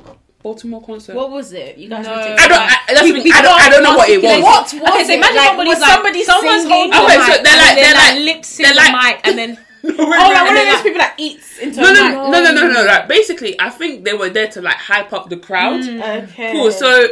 [SPEAKER 1] Baltimore concert.
[SPEAKER 2] What was it? You guys
[SPEAKER 3] No.
[SPEAKER 2] were taking-
[SPEAKER 1] I don't. I, that's what I, mean. I don't. I don't know what it was.
[SPEAKER 4] What was
[SPEAKER 3] okay, so
[SPEAKER 4] it?
[SPEAKER 3] imagine
[SPEAKER 4] Like,
[SPEAKER 3] somebody's
[SPEAKER 4] was
[SPEAKER 3] like,
[SPEAKER 4] somebody
[SPEAKER 3] someone's
[SPEAKER 4] singing?
[SPEAKER 3] holding
[SPEAKER 1] Okay,
[SPEAKER 3] the
[SPEAKER 1] so
[SPEAKER 3] mic,
[SPEAKER 1] they're
[SPEAKER 3] and
[SPEAKER 1] like-
[SPEAKER 3] then,
[SPEAKER 1] they're
[SPEAKER 3] like,
[SPEAKER 1] like-
[SPEAKER 3] lip sync
[SPEAKER 1] they're
[SPEAKER 3] the
[SPEAKER 1] like-
[SPEAKER 3] mic, and then
[SPEAKER 1] No, wait,
[SPEAKER 4] Oh,
[SPEAKER 1] no,
[SPEAKER 4] like one
[SPEAKER 1] no,
[SPEAKER 4] of those
[SPEAKER 1] no.
[SPEAKER 4] people that eats into
[SPEAKER 1] No,
[SPEAKER 4] a
[SPEAKER 1] no,
[SPEAKER 4] mic.
[SPEAKER 1] no, no, no, no. Like basically, I think they were there to like hype up the crowd.
[SPEAKER 4] Okay.
[SPEAKER 1] Cool. So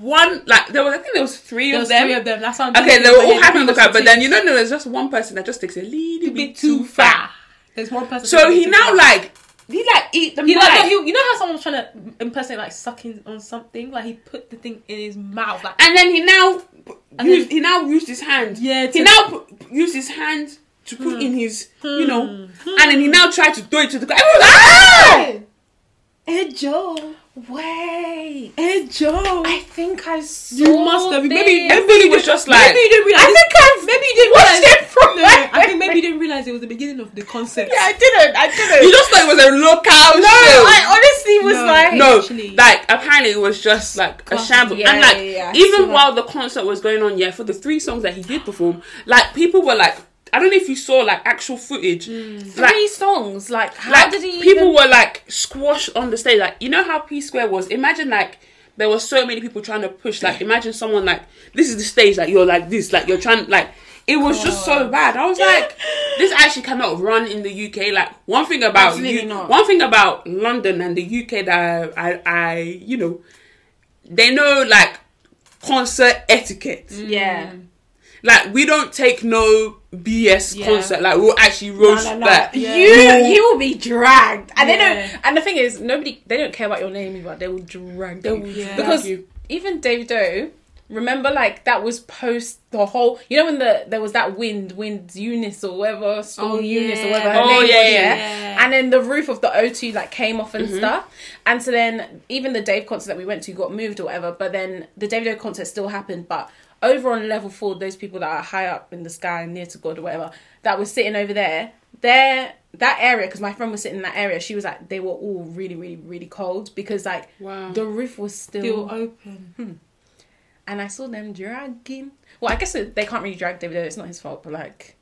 [SPEAKER 1] one, like there was, I think there was three of
[SPEAKER 3] there was
[SPEAKER 1] them.
[SPEAKER 3] three of them. That's how I'm
[SPEAKER 1] Okay,
[SPEAKER 3] thinking.
[SPEAKER 1] they were
[SPEAKER 3] But
[SPEAKER 1] all
[SPEAKER 3] yeah,
[SPEAKER 1] hyping up the
[SPEAKER 3] people
[SPEAKER 1] crowd, but
[SPEAKER 3] took
[SPEAKER 1] then
[SPEAKER 3] it
[SPEAKER 1] you know, there's just one person that just takes a little
[SPEAKER 3] a bit
[SPEAKER 1] bit too far.
[SPEAKER 3] There's one person.
[SPEAKER 1] So
[SPEAKER 3] who
[SPEAKER 1] he
[SPEAKER 3] took
[SPEAKER 1] now
[SPEAKER 3] it.
[SPEAKER 1] like he like eat the
[SPEAKER 3] You
[SPEAKER 1] mic.
[SPEAKER 3] know, no, he, you know how someone was trying to impersonate like sucking on something? Like he put the thing in his mouth. Like
[SPEAKER 1] and then he now
[SPEAKER 3] And
[SPEAKER 1] used, he now used his hand.
[SPEAKER 3] Yeah,
[SPEAKER 1] He
[SPEAKER 3] to- Hmm.
[SPEAKER 1] now put, used his hand to put in his, you know, and then he now tried to throw it to the crowd. Everyone was like, ah!
[SPEAKER 3] Joe,
[SPEAKER 4] Wait.
[SPEAKER 3] hey Joe.
[SPEAKER 4] I think I saw.
[SPEAKER 3] You must have maybe
[SPEAKER 4] this.
[SPEAKER 1] Everybody was just like.
[SPEAKER 3] maybe you didn't realize.
[SPEAKER 4] I think I've
[SPEAKER 3] maybe you didn't
[SPEAKER 4] watched
[SPEAKER 3] realize.
[SPEAKER 4] it from.
[SPEAKER 3] no, no, I think maybe you didn't realize it was the beginning of the concept.
[SPEAKER 4] Yeah, I didn't. I
[SPEAKER 1] you
[SPEAKER 4] didn't.
[SPEAKER 1] just thought it was a local
[SPEAKER 4] no,
[SPEAKER 1] show.
[SPEAKER 4] I honestly was
[SPEAKER 3] No.
[SPEAKER 4] like.
[SPEAKER 1] no,
[SPEAKER 3] Actually.
[SPEAKER 1] like apparently it was just like a
[SPEAKER 3] Class-
[SPEAKER 1] shambles.
[SPEAKER 4] yeah,
[SPEAKER 1] and like
[SPEAKER 4] yeah, yeah, I saw
[SPEAKER 1] even
[SPEAKER 4] that.
[SPEAKER 1] while the concert was going on, yeah, for the three songs that he did perform, like people were like, I don't know if you saw like actual footage,
[SPEAKER 4] Mm.
[SPEAKER 1] like.
[SPEAKER 2] Three songs. Like, how
[SPEAKER 1] like
[SPEAKER 2] did he?
[SPEAKER 1] people
[SPEAKER 2] even-
[SPEAKER 1] were like squashed on the stage. Like you know how P Square was. Imagine like there were so many people trying to push. Like imagine someone like this is the stage. Like you're like this. Like you're trying like. It was just so bad. I was like, this actually cannot run in the UK. Like one thing about
[SPEAKER 4] Absolutely
[SPEAKER 1] you,
[SPEAKER 4] not.
[SPEAKER 1] one thing about London and the UK that I, I, I you know, they know like concert etiquette.
[SPEAKER 2] Mm.
[SPEAKER 4] Yeah.
[SPEAKER 1] Like we don't take no BS
[SPEAKER 3] Yeah.
[SPEAKER 1] concert. Like we'll actually roast that.
[SPEAKER 4] You you will be dragged, and they
[SPEAKER 3] Yeah.
[SPEAKER 4] don't. And the thing is, nobody they don't care about your name either. They will drag. They will
[SPEAKER 3] Yeah.
[SPEAKER 4] because
[SPEAKER 1] Drag you.
[SPEAKER 4] even David Doe. Remember, like that was post the whole. You know when the there was that wind, wind Eunice or whatever, storm
[SPEAKER 3] Oh,
[SPEAKER 4] Eunice or
[SPEAKER 3] yeah.
[SPEAKER 4] whatever her
[SPEAKER 1] Oh,
[SPEAKER 4] name was,
[SPEAKER 1] yeah, yeah.
[SPEAKER 3] Yeah.
[SPEAKER 4] And then the roof of the O2 like came off and stuff. And so then even the Dave concert that we went to got moved or whatever. But then the David Doe concert still happened. But over on level four, those people that are high up in the sky, near to God or whatever, that was sitting over there, there that area because my friend was sitting in that area. She was like, they were all really, really, really cold because like
[SPEAKER 1] Wow.
[SPEAKER 4] the roof was still,
[SPEAKER 3] Still open.
[SPEAKER 4] and I saw them dragging. Well, I guess they can't really drag David Doe. It's not his fault, but like.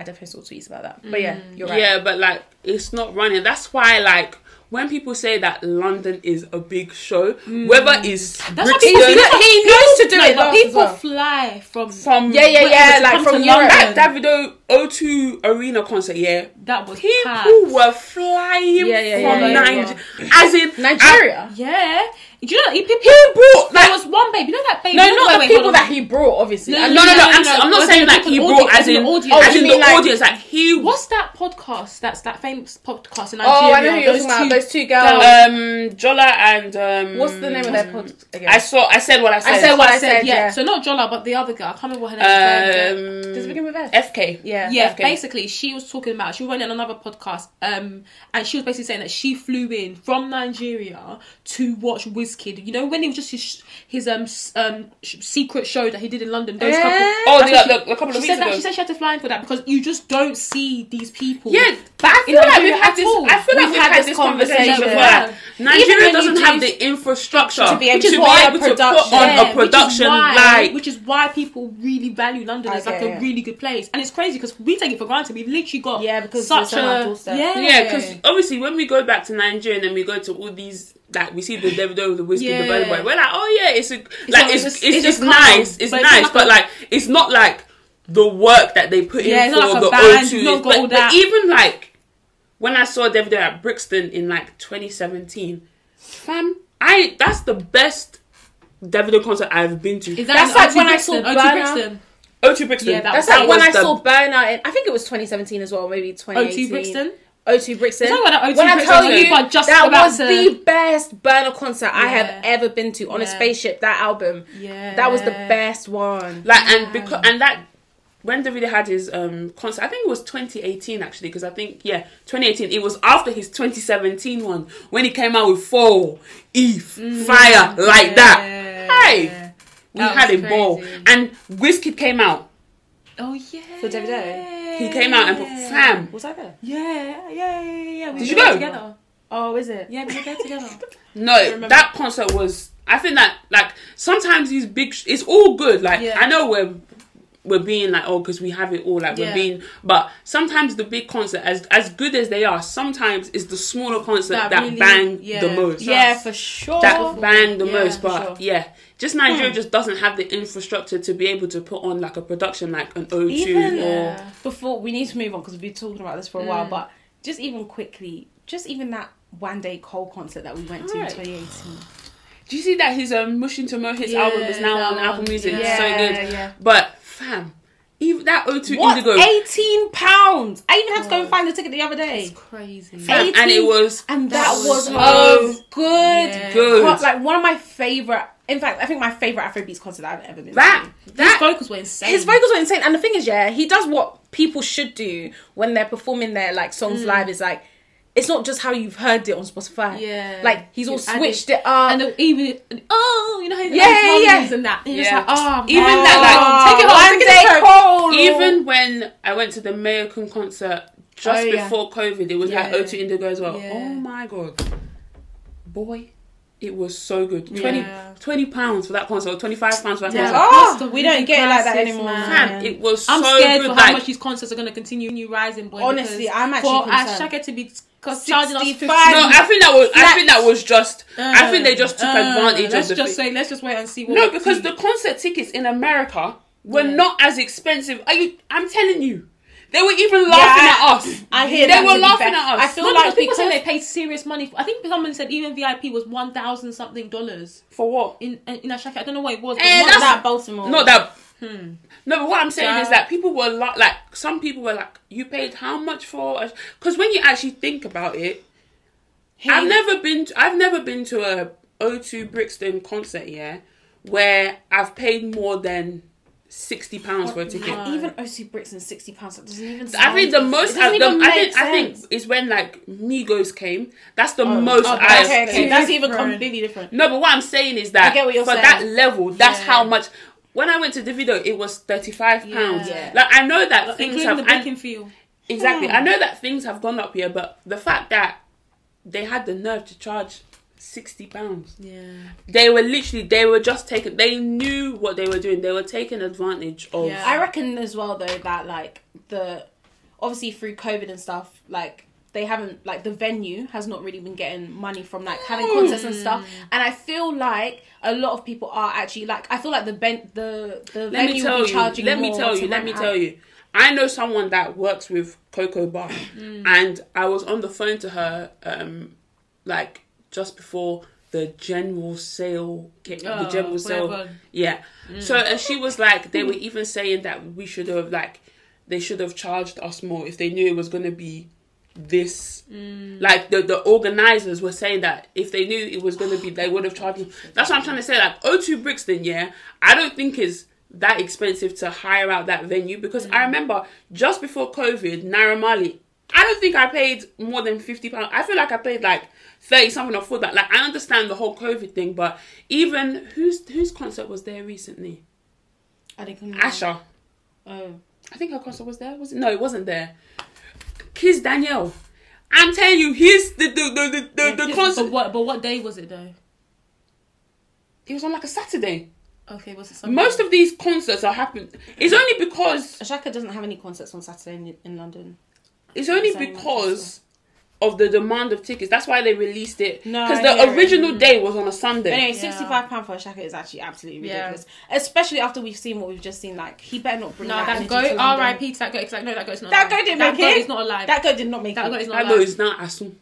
[SPEAKER 4] I definitely saw tweets about that. But Mm. yeah, you're right.
[SPEAKER 1] Yeah, but like it's not running. That's why like when people say that London is a big show,
[SPEAKER 4] Mm.
[SPEAKER 1] whether it's
[SPEAKER 3] That's what
[SPEAKER 1] Brixton,
[SPEAKER 3] people
[SPEAKER 4] He, kn- he knows to do
[SPEAKER 3] No,
[SPEAKER 4] it.
[SPEAKER 3] but
[SPEAKER 4] last as
[SPEAKER 3] people
[SPEAKER 4] well.
[SPEAKER 3] fly from.
[SPEAKER 1] from
[SPEAKER 4] Yeah, yeah,
[SPEAKER 3] But
[SPEAKER 4] yeah.
[SPEAKER 3] to
[SPEAKER 4] Like
[SPEAKER 3] come
[SPEAKER 4] from
[SPEAKER 3] to
[SPEAKER 4] Europe.
[SPEAKER 1] that
[SPEAKER 3] London.
[SPEAKER 1] Davido O2 Arena concert, yeah.
[SPEAKER 3] That was
[SPEAKER 1] People
[SPEAKER 3] packed.
[SPEAKER 1] were flying
[SPEAKER 4] Yeah, yeah,
[SPEAKER 1] from
[SPEAKER 3] yeah, yeah.
[SPEAKER 1] Nigeria, as in
[SPEAKER 4] Nigeria.
[SPEAKER 3] Yeah. Do you know that people?
[SPEAKER 1] I- he brought
[SPEAKER 3] There
[SPEAKER 1] like
[SPEAKER 3] was one babe. You know that babe.
[SPEAKER 4] no,
[SPEAKER 3] Wait,
[SPEAKER 4] not
[SPEAKER 3] wait,
[SPEAKER 4] the
[SPEAKER 3] wait,
[SPEAKER 4] people
[SPEAKER 3] hold on.
[SPEAKER 4] that he brought, obviously.
[SPEAKER 3] No,
[SPEAKER 4] I
[SPEAKER 1] no,
[SPEAKER 4] mean,
[SPEAKER 1] no, no.
[SPEAKER 3] no,
[SPEAKER 1] I'm,
[SPEAKER 3] no,
[SPEAKER 1] I'm
[SPEAKER 3] no,
[SPEAKER 1] not saying
[SPEAKER 3] no,
[SPEAKER 1] like he
[SPEAKER 3] no,
[SPEAKER 1] brought
[SPEAKER 3] audience,
[SPEAKER 1] as in
[SPEAKER 3] no, audience.
[SPEAKER 1] as
[SPEAKER 4] Oh, you
[SPEAKER 1] in
[SPEAKER 4] mean,
[SPEAKER 1] the
[SPEAKER 4] like-
[SPEAKER 1] audience. Like he
[SPEAKER 3] What's that podcast? That's that famous podcast in Nigeria.
[SPEAKER 4] Oh, I know who you're
[SPEAKER 3] Those
[SPEAKER 4] talking about.
[SPEAKER 3] two-
[SPEAKER 4] Those two girls.
[SPEAKER 1] um Jola and um
[SPEAKER 4] What's the name of their pod again?
[SPEAKER 1] I saw. I said what I said.
[SPEAKER 4] said what I
[SPEAKER 3] I said, yeah.
[SPEAKER 4] yeah.
[SPEAKER 3] So not Jola, but the other girl. I can't remember what her name. is.
[SPEAKER 1] Um,
[SPEAKER 4] Does it begin with F?
[SPEAKER 1] FK.
[SPEAKER 4] Yeah.
[SPEAKER 3] yeah,
[SPEAKER 1] okay.
[SPEAKER 3] basically, she was talking about she went in another podcast, um, and she was basically saying that she flew in from Nigeria to watch Wiz Wizkid. You know when it was just his sh- his um s- um sh- secret show that he did in London. Those
[SPEAKER 6] Yeah.
[SPEAKER 4] Eh?
[SPEAKER 3] couple.
[SPEAKER 1] Oh,
[SPEAKER 3] that's
[SPEAKER 1] the,
[SPEAKER 3] what
[SPEAKER 1] the, the couple
[SPEAKER 3] she,
[SPEAKER 1] of weeks
[SPEAKER 3] she said
[SPEAKER 1] ago.
[SPEAKER 3] that she said she had to fly in for that because you just don't see these people.
[SPEAKER 6] Yeah, but I
[SPEAKER 3] in
[SPEAKER 6] feel like
[SPEAKER 3] Nigeria
[SPEAKER 6] we've had
[SPEAKER 3] at
[SPEAKER 6] this.
[SPEAKER 3] all.
[SPEAKER 6] I feel like
[SPEAKER 4] We've
[SPEAKER 6] we've
[SPEAKER 4] had
[SPEAKER 6] had,
[SPEAKER 4] this
[SPEAKER 6] this
[SPEAKER 4] conversation
[SPEAKER 6] conversation
[SPEAKER 4] before.
[SPEAKER 6] before.
[SPEAKER 1] Yeah.
[SPEAKER 3] Even
[SPEAKER 1] Nigeria
[SPEAKER 3] when
[SPEAKER 1] doesn't
[SPEAKER 3] you
[SPEAKER 1] have
[SPEAKER 3] do-
[SPEAKER 1] the infrastructure
[SPEAKER 4] To be able to buy a production.
[SPEAKER 1] put on
[SPEAKER 4] Yeah, which
[SPEAKER 1] a
[SPEAKER 4] is
[SPEAKER 1] production
[SPEAKER 3] which is why,
[SPEAKER 1] like
[SPEAKER 3] which is why people really value London as
[SPEAKER 6] Okay,
[SPEAKER 3] like a
[SPEAKER 6] yeah.
[SPEAKER 3] really good place, and it's crazy because we take it for granted. We've literally got
[SPEAKER 4] Yeah, because it's
[SPEAKER 3] such
[SPEAKER 4] on our
[SPEAKER 3] a
[SPEAKER 4] doorstep.
[SPEAKER 3] yeah
[SPEAKER 1] yeah, because obviously when we go back to Nigeria and then we go to all these like we see the Davido, the whiskey, the
[SPEAKER 3] Yeah.
[SPEAKER 1] Burna Boy, we're like, oh yeah, it's a, like
[SPEAKER 3] not-
[SPEAKER 1] it's it's,
[SPEAKER 3] it's just- it's
[SPEAKER 1] just
[SPEAKER 3] just calm,
[SPEAKER 1] nice, it's
[SPEAKER 3] but it's
[SPEAKER 1] nice,
[SPEAKER 3] not
[SPEAKER 1] but
[SPEAKER 3] like
[SPEAKER 1] like it's not like the work that they put
[SPEAKER 3] Yeah,
[SPEAKER 1] in
[SPEAKER 3] it's
[SPEAKER 1] for
[SPEAKER 3] not like a
[SPEAKER 1] the
[SPEAKER 3] band,
[SPEAKER 1] O2.
[SPEAKER 3] you don't go
[SPEAKER 1] but, but
[SPEAKER 3] that-
[SPEAKER 1] even like when I saw Davido at Brixton in like 2017, fam, I that's the best Davido concert I've been to.
[SPEAKER 3] Is
[SPEAKER 6] That's
[SPEAKER 3] that in
[SPEAKER 6] like
[SPEAKER 3] O2
[SPEAKER 6] when I
[SPEAKER 3] Brixton?
[SPEAKER 6] saw
[SPEAKER 3] O2
[SPEAKER 6] Burner.
[SPEAKER 3] Brixton.
[SPEAKER 1] O2 Brixton.
[SPEAKER 3] Yeah, that
[SPEAKER 4] That's
[SPEAKER 3] was-
[SPEAKER 4] like when I
[SPEAKER 1] the-
[SPEAKER 4] saw Burnout. In, I think it was 2017 as well, maybe 2018.
[SPEAKER 3] O2 Brixton.
[SPEAKER 4] O2 Brixton.
[SPEAKER 3] It's not when I- O2
[SPEAKER 4] when I
[SPEAKER 3] Brixton,
[SPEAKER 4] tell
[SPEAKER 3] when
[SPEAKER 4] you,
[SPEAKER 3] people are just
[SPEAKER 4] that
[SPEAKER 3] about
[SPEAKER 4] was
[SPEAKER 3] to-
[SPEAKER 4] the best burner concert I have
[SPEAKER 3] Yeah.
[SPEAKER 4] ever been to on a
[SPEAKER 3] Yeah.
[SPEAKER 4] spaceship. That album,
[SPEAKER 3] Yeah,
[SPEAKER 4] that was the best one.
[SPEAKER 1] Like and because and that when Davido had his um concert, I think it was 2018 actually, because I think yeah, 2018. It was after his 2017 one when he came out with Fall, Eve,
[SPEAKER 3] Mm-hmm.
[SPEAKER 1] Fire, like that. Hey, we
[SPEAKER 3] That
[SPEAKER 1] had a
[SPEAKER 3] was
[SPEAKER 1] ball,
[SPEAKER 3] crazy.
[SPEAKER 1] and Whiskey came out.
[SPEAKER 3] Oh yeah.
[SPEAKER 4] For Davido?
[SPEAKER 1] He came out and fam.
[SPEAKER 4] Was I there?
[SPEAKER 3] Yeah, yeah, yeah, yeah. yeah. We
[SPEAKER 1] Did you
[SPEAKER 3] were there
[SPEAKER 1] go?
[SPEAKER 3] together?
[SPEAKER 4] Oh, is it?
[SPEAKER 3] Yeah, we were there together.
[SPEAKER 1] No, that concert was. I think that like sometimes these big, sh- it's all good. Like
[SPEAKER 3] Yeah.
[SPEAKER 1] I know we're we're being like oh because we have it all. Like we're
[SPEAKER 3] Yeah.
[SPEAKER 1] being, but sometimes the big concert, as as good as they are, sometimes it's the smaller concert that,
[SPEAKER 3] That really-
[SPEAKER 1] bang
[SPEAKER 3] yeah.
[SPEAKER 1] the most.
[SPEAKER 4] Yeah, for sure.
[SPEAKER 1] That bang the
[SPEAKER 3] Yeah,
[SPEAKER 1] most,
[SPEAKER 3] for
[SPEAKER 1] but
[SPEAKER 4] sure.
[SPEAKER 1] yeah, Hmm. just Nigeria just doesn't have the infrastructure to be able to put on like a production like an O2
[SPEAKER 4] even
[SPEAKER 1] or
[SPEAKER 4] before we need to move on because we've been talking about this for a while, but just even quickly, just even that one day Cole concert that we went to
[SPEAKER 1] Right.
[SPEAKER 4] in 2018.
[SPEAKER 1] Do you see that his um, Mushing to Mo hits
[SPEAKER 3] Yeah,
[SPEAKER 1] album is now
[SPEAKER 3] that
[SPEAKER 1] on
[SPEAKER 3] one.
[SPEAKER 1] Apple Music?
[SPEAKER 3] Yeah.
[SPEAKER 1] It's so good.
[SPEAKER 4] Yeah, yeah.
[SPEAKER 1] But fam, even that O2
[SPEAKER 4] What?
[SPEAKER 1] Indigo.
[SPEAKER 4] 18 pounds. I even had to go and find the ticket the other day.
[SPEAKER 3] Crazy.
[SPEAKER 1] Fam, and it
[SPEAKER 4] 18.
[SPEAKER 1] was
[SPEAKER 4] And that,
[SPEAKER 3] was
[SPEAKER 4] was,
[SPEAKER 3] so
[SPEAKER 4] a good,
[SPEAKER 3] Yeah.
[SPEAKER 1] Good.
[SPEAKER 4] con- like one of my favorite. In fact, I think my favorite Afrobeats concert I've ever been.
[SPEAKER 1] that
[SPEAKER 4] to.
[SPEAKER 3] His
[SPEAKER 1] that
[SPEAKER 3] vocals were insane.
[SPEAKER 4] his vocals were insane. And the thing is, yeah, he does what people should do when they're performing their like songs live. Is like, it's not just how you've heard it on Spotify.
[SPEAKER 3] Yeah.
[SPEAKER 4] like he's all
[SPEAKER 3] He's added-
[SPEAKER 4] switched it up.
[SPEAKER 3] and the, even and, oh, you know how he
[SPEAKER 4] Yeah,
[SPEAKER 3] yeah,
[SPEAKER 4] yeah,
[SPEAKER 3] yeah. and that. And you're
[SPEAKER 1] Yeah.
[SPEAKER 3] just like, oh,
[SPEAKER 1] Even
[SPEAKER 3] man.
[SPEAKER 1] that, like,
[SPEAKER 4] Oh,
[SPEAKER 3] take it home,
[SPEAKER 4] one
[SPEAKER 3] take it
[SPEAKER 4] day
[SPEAKER 3] home.
[SPEAKER 4] Cole.
[SPEAKER 1] even when I went to the American concert just
[SPEAKER 4] Oh, yeah.
[SPEAKER 1] before COVID, it was like
[SPEAKER 3] Yeah.
[SPEAKER 1] O2 Indigo as well.
[SPEAKER 3] Yeah.
[SPEAKER 1] Oh my god, boy, it was so good. 20,
[SPEAKER 3] Yeah.
[SPEAKER 1] 20 pounds for that concert, or twenty five pounds for that
[SPEAKER 3] Yeah.
[SPEAKER 1] concert.
[SPEAKER 3] That's
[SPEAKER 4] oh,
[SPEAKER 3] the
[SPEAKER 4] we don't get it like that anymore.
[SPEAKER 3] man.
[SPEAKER 1] Fam, it was
[SPEAKER 3] I'm
[SPEAKER 1] so
[SPEAKER 3] scared
[SPEAKER 1] good.
[SPEAKER 3] for how
[SPEAKER 1] like,
[SPEAKER 3] much these concerts are going to continue rising, boy.
[SPEAKER 4] Honestly,
[SPEAKER 3] because
[SPEAKER 4] I'm actually
[SPEAKER 3] for uh,
[SPEAKER 4] concerned.
[SPEAKER 3] Shaka to be cause charging us
[SPEAKER 4] 65.
[SPEAKER 3] 50
[SPEAKER 1] no, I think that was. I
[SPEAKER 4] Flat.
[SPEAKER 1] think that was just. I
[SPEAKER 3] Uh,
[SPEAKER 1] think they just took
[SPEAKER 3] uh,
[SPEAKER 1] advantage
[SPEAKER 3] let's
[SPEAKER 1] of the.
[SPEAKER 3] just
[SPEAKER 1] thing.
[SPEAKER 3] say let's just wait and see what
[SPEAKER 1] No,
[SPEAKER 3] we
[SPEAKER 1] because
[SPEAKER 3] see.
[SPEAKER 1] the concert tickets in America were not as expensive. Are you? I'm telling you, they were even laughing
[SPEAKER 4] I-
[SPEAKER 1] at us.
[SPEAKER 4] I hear
[SPEAKER 1] they
[SPEAKER 4] that,
[SPEAKER 1] were
[SPEAKER 4] to be
[SPEAKER 1] laughing
[SPEAKER 4] fair.
[SPEAKER 1] at us.
[SPEAKER 4] I feel
[SPEAKER 3] no,
[SPEAKER 4] like
[SPEAKER 3] because people say
[SPEAKER 4] because-
[SPEAKER 3] they paid serious money. For, I think someone said even VIP was one thousand something dollars
[SPEAKER 1] for what?
[SPEAKER 3] in in a Shaka. I don't know what it was. But
[SPEAKER 1] Eh,
[SPEAKER 3] not
[SPEAKER 1] that's-
[SPEAKER 3] that.
[SPEAKER 4] that Baltimore.
[SPEAKER 1] Not that.
[SPEAKER 4] Hmm.
[SPEAKER 1] No, but what I'm saying is
[SPEAKER 3] Yeah.
[SPEAKER 1] that people were la- like, some people were like, "You paid how much for?" Because when you actually think about it,
[SPEAKER 4] Hmm.
[SPEAKER 1] I've never been. To, I've never been to a O2 Brixton concert yeah, where I've paid more than sixty pounds for a ticket.
[SPEAKER 4] And even OC Brixton, sixty pounds. That doesn't even.
[SPEAKER 1] I
[SPEAKER 4] sound-
[SPEAKER 1] think the most
[SPEAKER 4] It doesn't
[SPEAKER 1] I've done,
[SPEAKER 4] even
[SPEAKER 1] I
[SPEAKER 4] make
[SPEAKER 1] think I think
[SPEAKER 4] sense. Oh.
[SPEAKER 1] is when like Migos came. That's the most
[SPEAKER 3] Oh,
[SPEAKER 1] I've
[SPEAKER 4] okay, okay,
[SPEAKER 1] paid.
[SPEAKER 4] that's even
[SPEAKER 3] different.
[SPEAKER 4] completely different.
[SPEAKER 1] No, but what I'm saying is that
[SPEAKER 4] I get what you're
[SPEAKER 1] for
[SPEAKER 4] saying.
[SPEAKER 1] that level, that's
[SPEAKER 3] Yeah.
[SPEAKER 1] how much. When I went to Davido, it was thirty five pounds.
[SPEAKER 4] Yeah.
[SPEAKER 1] Like I know that things
[SPEAKER 3] including
[SPEAKER 1] have
[SPEAKER 3] the
[SPEAKER 1] I-
[SPEAKER 3] blinking feel.
[SPEAKER 1] exactly. I know that things have gone up here, but the fact that they had the nerve to charge sixty pounds,
[SPEAKER 3] Yeah,
[SPEAKER 1] they were literally they were just taking. They knew what they were doing. They were taking advantage of.
[SPEAKER 3] Yeah.
[SPEAKER 4] I reckon as well though that like the obviously through COVID and stuff like they haven't like the venue has not really been getting money from like having concerts and stuff
[SPEAKER 1] Mm.
[SPEAKER 4] and I feel like a lot of people are actually like I feel like the ben- the the
[SPEAKER 1] Let me
[SPEAKER 4] venue will
[SPEAKER 1] tell
[SPEAKER 4] be
[SPEAKER 1] you.
[SPEAKER 4] charging
[SPEAKER 1] Let me
[SPEAKER 4] more
[SPEAKER 1] tell
[SPEAKER 4] to
[SPEAKER 1] you. Let
[SPEAKER 4] rent
[SPEAKER 1] me
[SPEAKER 4] out.
[SPEAKER 1] tell you. I know someone that works with Coco Bar, and I was on the phone to her, um, like just before the general sale. ki- the
[SPEAKER 3] Oh,
[SPEAKER 1] general sale.
[SPEAKER 3] whatever.
[SPEAKER 1] Yeah. So and she was like, they were even saying that we should have like, they should have charged us more if they knew it was gonna be this like the, the organizers were saying that if they knew it was going to be they would have charged them. that's what i'm trying to say like o2 brixton yeah i don't think it's that expensive to hire out that venue because i remember just before covid naramali I don't think I paid more than fifty pounds. I feel like I paid like thirty something or forty. Like I understand the whole COVID thing, but even whose whose concert was there recently?
[SPEAKER 4] I think
[SPEAKER 1] Asha.
[SPEAKER 4] Oh.
[SPEAKER 1] I think her concert was there. Was it? No, it wasn't there. Kiss Danielle. I'm telling you, his the the the the, the, the
[SPEAKER 3] But
[SPEAKER 1] concert.
[SPEAKER 3] what? But what day was it though?
[SPEAKER 1] It was on like a Saturday.
[SPEAKER 3] Okay, was it Sunday?
[SPEAKER 1] Most of these concerts are happening. It's only because
[SPEAKER 4] Ashaka doesn't have any concerts on Saturday in, in London.
[SPEAKER 1] it's only
[SPEAKER 4] Same
[SPEAKER 1] because of the demand of tickets. That's why they released it.
[SPEAKER 4] No,
[SPEAKER 1] because
[SPEAKER 4] I
[SPEAKER 1] the
[SPEAKER 4] hear it.
[SPEAKER 1] original day was on a Sunday.
[SPEAKER 4] Anyway, sixty-five pound for Ashaka is actually absolutely
[SPEAKER 3] Yeah.
[SPEAKER 4] ridiculous, especially after we've seen what we've just seen. Like he better not bring
[SPEAKER 3] no,
[SPEAKER 4] that,
[SPEAKER 3] that
[SPEAKER 4] energy
[SPEAKER 3] goat.
[SPEAKER 4] to London.
[SPEAKER 3] R.I.P. to that goat. 'cause That goat. That goat's not.
[SPEAKER 4] That
[SPEAKER 3] alive.
[SPEAKER 4] goat didn't
[SPEAKER 3] that
[SPEAKER 4] make
[SPEAKER 3] goat
[SPEAKER 4] it.
[SPEAKER 3] is not alive.
[SPEAKER 4] That goat did not make
[SPEAKER 3] That
[SPEAKER 4] it.
[SPEAKER 3] goat is not
[SPEAKER 1] that
[SPEAKER 3] alive.
[SPEAKER 1] goes now Asun.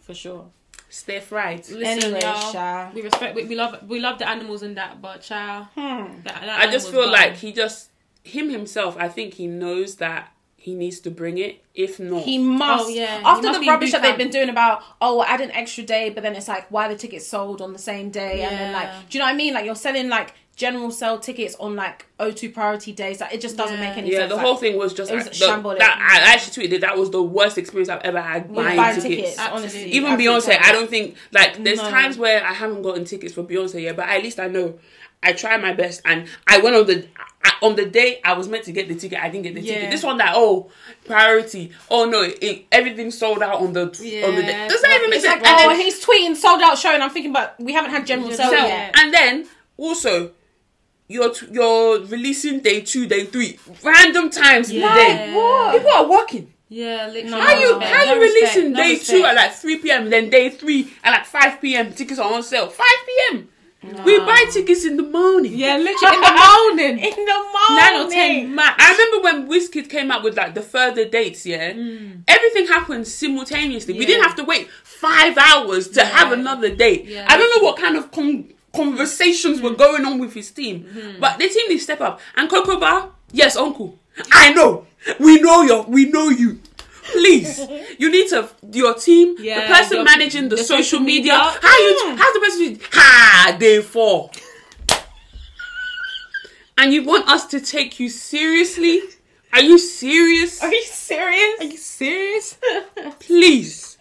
[SPEAKER 4] for sure.
[SPEAKER 1] Stay fried.
[SPEAKER 3] Listen,
[SPEAKER 4] Anyway,
[SPEAKER 3] y'all,
[SPEAKER 4] Sha.
[SPEAKER 3] we respect. We, we love. We love the animals and that. But child, that- that
[SPEAKER 1] I just
[SPEAKER 3] animal's
[SPEAKER 1] feel
[SPEAKER 3] gone.
[SPEAKER 1] like he just him himself. I think he knows that he needs to bring it. If not,
[SPEAKER 4] He must.
[SPEAKER 3] Oh, yeah. He
[SPEAKER 4] After
[SPEAKER 3] must
[SPEAKER 4] the
[SPEAKER 3] be in boot
[SPEAKER 4] rubbish that they've
[SPEAKER 3] camp.
[SPEAKER 4] been doing about, oh, we'll add an extra day, but then it's like, why the tickets sold on the same day? And then,
[SPEAKER 3] Yeah.
[SPEAKER 4] like, do you know what I mean? Like, you're selling, like, general sale tickets on, like, O2 priority days. Like, it just doesn't
[SPEAKER 3] Yeah.
[SPEAKER 4] make any
[SPEAKER 1] yeah,
[SPEAKER 4] sense.
[SPEAKER 1] the
[SPEAKER 4] Like,
[SPEAKER 1] whole thing was just
[SPEAKER 4] it was
[SPEAKER 1] the-
[SPEAKER 4] shambolic.
[SPEAKER 1] that I actually tweeted that was the worst experience I've ever had
[SPEAKER 4] with
[SPEAKER 1] buying,
[SPEAKER 4] buying
[SPEAKER 1] tickets.
[SPEAKER 4] tickets,
[SPEAKER 3] Absolutely.
[SPEAKER 4] honestly.
[SPEAKER 1] Even
[SPEAKER 4] Absolutely
[SPEAKER 1] Beyonce,
[SPEAKER 4] terrible.
[SPEAKER 1] I don't think like there's
[SPEAKER 4] No.
[SPEAKER 1] times where I haven't gotten tickets for Beyonce yet, but at least I know I try my best and I went on the I, on the day I was meant to get the ticket, I didn't get the
[SPEAKER 3] Yeah.
[SPEAKER 1] ticket. This one that oh priority, oh no, it, everything sold out on the on the day.
[SPEAKER 3] Yeah,
[SPEAKER 1] Does that even make
[SPEAKER 4] It's like,
[SPEAKER 1] sense? And
[SPEAKER 4] oh,
[SPEAKER 1] then-
[SPEAKER 4] he's tweeting sold out show, and I'm thinking, but we haven't had general sale
[SPEAKER 3] So-
[SPEAKER 1] So,
[SPEAKER 4] yet.
[SPEAKER 1] And then also, you're t- you're releasing day two, day three, random times in the day.
[SPEAKER 4] Like, what?
[SPEAKER 1] People are working.
[SPEAKER 3] yeah, literally.
[SPEAKER 1] How you
[SPEAKER 4] respect,
[SPEAKER 1] how
[SPEAKER 4] no
[SPEAKER 1] you
[SPEAKER 4] respect,
[SPEAKER 1] releasing
[SPEAKER 4] no
[SPEAKER 1] day
[SPEAKER 4] respect.
[SPEAKER 1] two at like three p.m. Then day three at like five p.m. Tickets are on sale. Five p.m. We buy tickets in the morning.
[SPEAKER 3] Yeah, literally in the morning.
[SPEAKER 4] In the
[SPEAKER 3] nine
[SPEAKER 4] morning.
[SPEAKER 3] or ten max.
[SPEAKER 1] I remember when Wizkid came out with like the further dates, yeah.
[SPEAKER 3] Mm.
[SPEAKER 1] Everything happened simultaneously. We didn't have to wait five hours to have another date.
[SPEAKER 3] Yeah. Mm.
[SPEAKER 1] I don't know what kind of con- conversations were going on with his team,
[SPEAKER 3] Mm-hmm.
[SPEAKER 1] but the team needs to step up. And Coco Bar, yes, Uncle, I know. We know your. We know you. Please, you need to your team,
[SPEAKER 3] Yeah,
[SPEAKER 1] the person
[SPEAKER 3] your-
[SPEAKER 1] managing the,
[SPEAKER 3] the
[SPEAKER 1] social,
[SPEAKER 3] social
[SPEAKER 1] media.
[SPEAKER 3] media.
[SPEAKER 1] How you? How's the person? Ha! Day four and you want us to take you seriously? Are you serious?
[SPEAKER 4] Are you serious? Are you serious?
[SPEAKER 1] Please